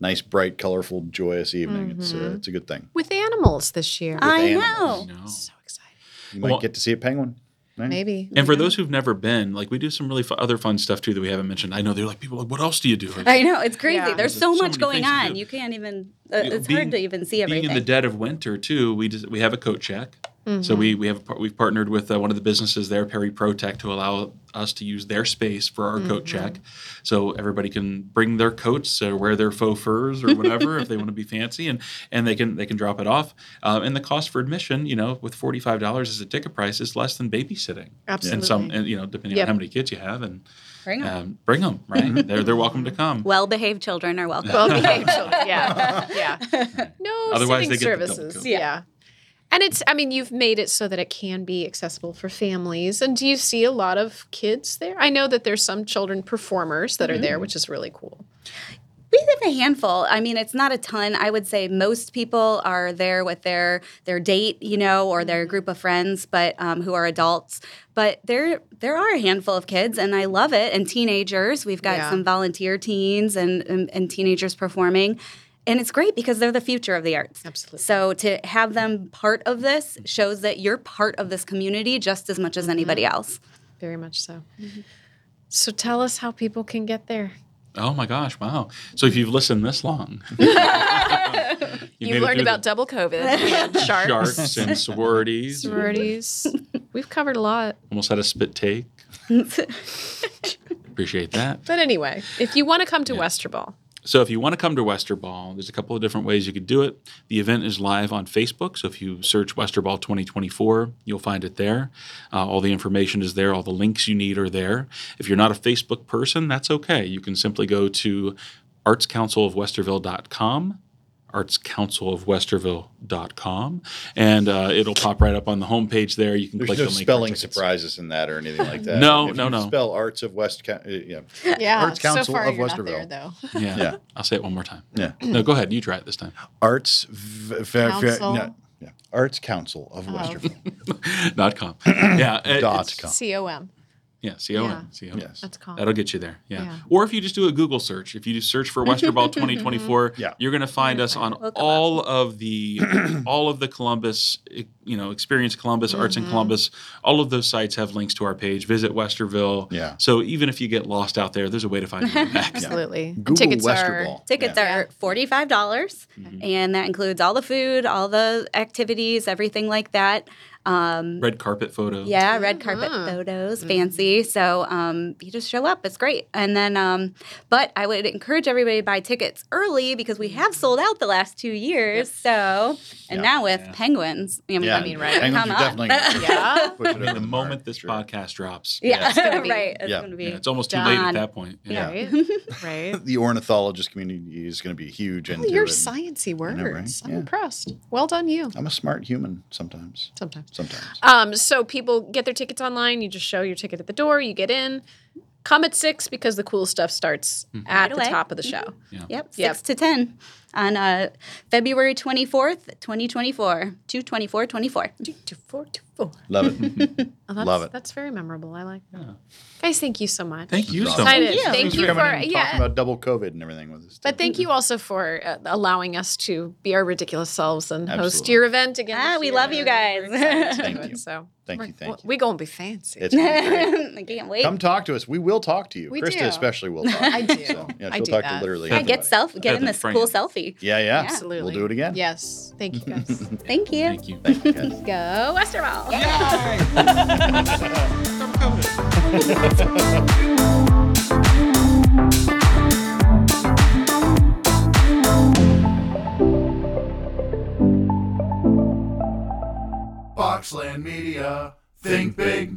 nice, bright, colorful, joyous evening. It's
Mm-hmm.
uh, it's a good thing.
With animals this year.
I
animals.
know.
No.
so excited.
You might
Well-
get to see a penguin. right?
Maybe.
and for
Mm-hmm.
those who've never been like we do some really fu- other fun stuff too that we haven't mentioned i know they're like people are like what else do you do Like,
I know. It's crazy.
Yeah.
There's
There's
so,
so
much
many
going
things to
on.
do.
You can't even, uh,
You know,
it's
being-
hard to even see everything.
Being in the dead of winter too, we just, we have a coat check. So
Mm-hmm.
we we have par- we've partnered with uh, one of the businesses there, Perry Protect, to allow us to use their space for our coat
Mm-hmm.
check. So everybody can bring their coats or wear their faux furs or whatever if they want to be fancy, and and they can they can drop it off. Um, and the cost for admission, you know, with forty five dollars as a ticket price, is less than babysitting. And some,
Absolutely.
and, you know, depending
Yep.
on how many kids you have, and
Bring 'em.
um, bring them. Right? they're they're welcome to come.
Well-behaved children are welcome.
<laughs> Well, okay, so- yeah, yeah. No
Otherwise,
sitting
they get the double
services.
coat.
yeah. And it's, I mean, you've made it so that it can be accessible for families. And do you see a lot of kids there? I know that there's some children performers that are there,
Mm-hmm.
which is really cool.
we have a handful i mean it's not a ton i would say most people are there with their their date you know or
Mm-hmm.
their group of friends but um, who are adults but there there are a handful of kids and i love it and teenagers we've got
Yeah.
some volunteer teens and, and and teenagers performing and it's great because they're the future of the arts
Absolutely.
so to have them part of this shows that you're part of this community just as much
Mm-hmm.
as anybody else
Very much so.
Mm-hmm.
So tell us how people can get there.
Oh my gosh! Wow. So if you've listened this
<laughs>
long, you
You
made it
learned
through
about
the
double
<laughs>
COVID and sharks.
sharks and sororities.
Sororities. We've covered a lot.
Almost had a spit
<laughs>
take. Appreciate that.
But anyway, if you want to come to Westerball,
So if you want to come to Westerball, there's a couple of different ways you could do it. The event is live on Facebook, so if you search Westerball 2024, you'll find it there. Uh, all the information is there. All the links you need are there. If you're not a Facebook person, that's okay. You can simply go to artscouncilofwesterville.com artscouncilofwesterville.com and uh, it'll pop right up on the homepage there you can
There's
click
no
the link for
spelling
tickets.
surprises in that or anything
<laughs>
like that.
No,
If
no,
you
no.
Spell Arts of West County. Yeah.
yeah,
Arts Council of Westerville.
though.
yeah.
Yeah.
i'll say it one more time
Yeah.
no go ahead you try it this time
Arts v- v- v-
Council.
no, yeah. Arts Council of
Oh.
Westerville.
<laughs>
<clears throat>
dot com yeah it-
dot
it's-
com.
C O M.
Yeah, C O M. C O M.
Yes.
That's called.
That'll get you there. Yeah.
Yeah.
Or if you just do a Google search, if you just search for Westerball 2024,
<laughs> Yeah.
you're going to find us on
We'll come
all of
<clears throat>
the all of the Columbus, eh, you know, Experience Columbus, Arts in Columbus. All of those sites have links to our page. Visit Westerville.
Yeah.
So even if you get lost out there, there's a way to find you back.
<laughs>
Absolutely. And
Google
tickets
Westerball.
Tickets are $45, dollars and that includes all the food, all the activities, everything like that. Um,
Red carpet photos.
yeah, red carpet photos, fancy. So um, you just show up. It's great. And then, um, but I would encourage everybody to buy tickets early because we have sold out the last two years. So,
Yeah.
and now with penguins, I mean,
Yeah.
I mean,
right.
Penguins
Come
are
on.
definitely gonna
<laughs> Yeah.
push it
I
over
mean, the
mark,
moment this
sure.
podcast drops,
yeah,
gonna
<laughs>
be-
right. It's
Yeah.
going to be.
yeah, it's almost too late at
Done.
that point.
Yeah.
Right.
<laughs>
right.
The ornithologist community is going to be huge into
Well, your
it.
sciencey
I
words.
know, right?
I'm
Yeah. Oh.
impressed. Well done, you.
I'm a smart human sometimes.
Sometimes.
Sometimes.
Um, so people get their tickets online. You just show your ticket at the door. You get in. Come at six because the cool stuff starts
Mm-hmm.
at
Right
the
away.
top of the show.
Yep, 6
Yep.
to 10 on uh, February 24th, 2024. 2 24 24.
Two, two, four, two, four.
Love it.
<laughs> Oh,
<laughs>
that's,
Love it.
That's very memorable. I like that. Guys, thank you so much.
Thank you so
Awesome.
much.
Excited.
Thank you.
Thank
Thanks
you
coming in
for
and
yeah.
talking about double COVID and everything with us.
but thank you also for uh, allowing us to be our ridiculous selves and host
Absolutely.
your event again.
Ah,
this
we
year.
love you guys.
We're excited to
Thank
do it,
you.
So
Thank you, thank you.
We gonna be fancy.
It's gonna be
<laughs>
great. <laughs>
<laughs> I can't wait.
Come talk to us. We will talk to you.
We
Krista
do.
especially
<laughs>
will talk. I
do.
So, yeah,
I
she'll
do
talk
that.
to literally.
yeah, get
everybody.
self, get in
Heather,
this
bring
cool
it.
selfie.
Yeah, yeah.
Absolutely.
We'll do it again.
Yes. Thank you
<laughs>
guys.
Thank you. Oh,
Thank you.
Thank you, guys.
Go Westerville.
Boxland Media. Think big.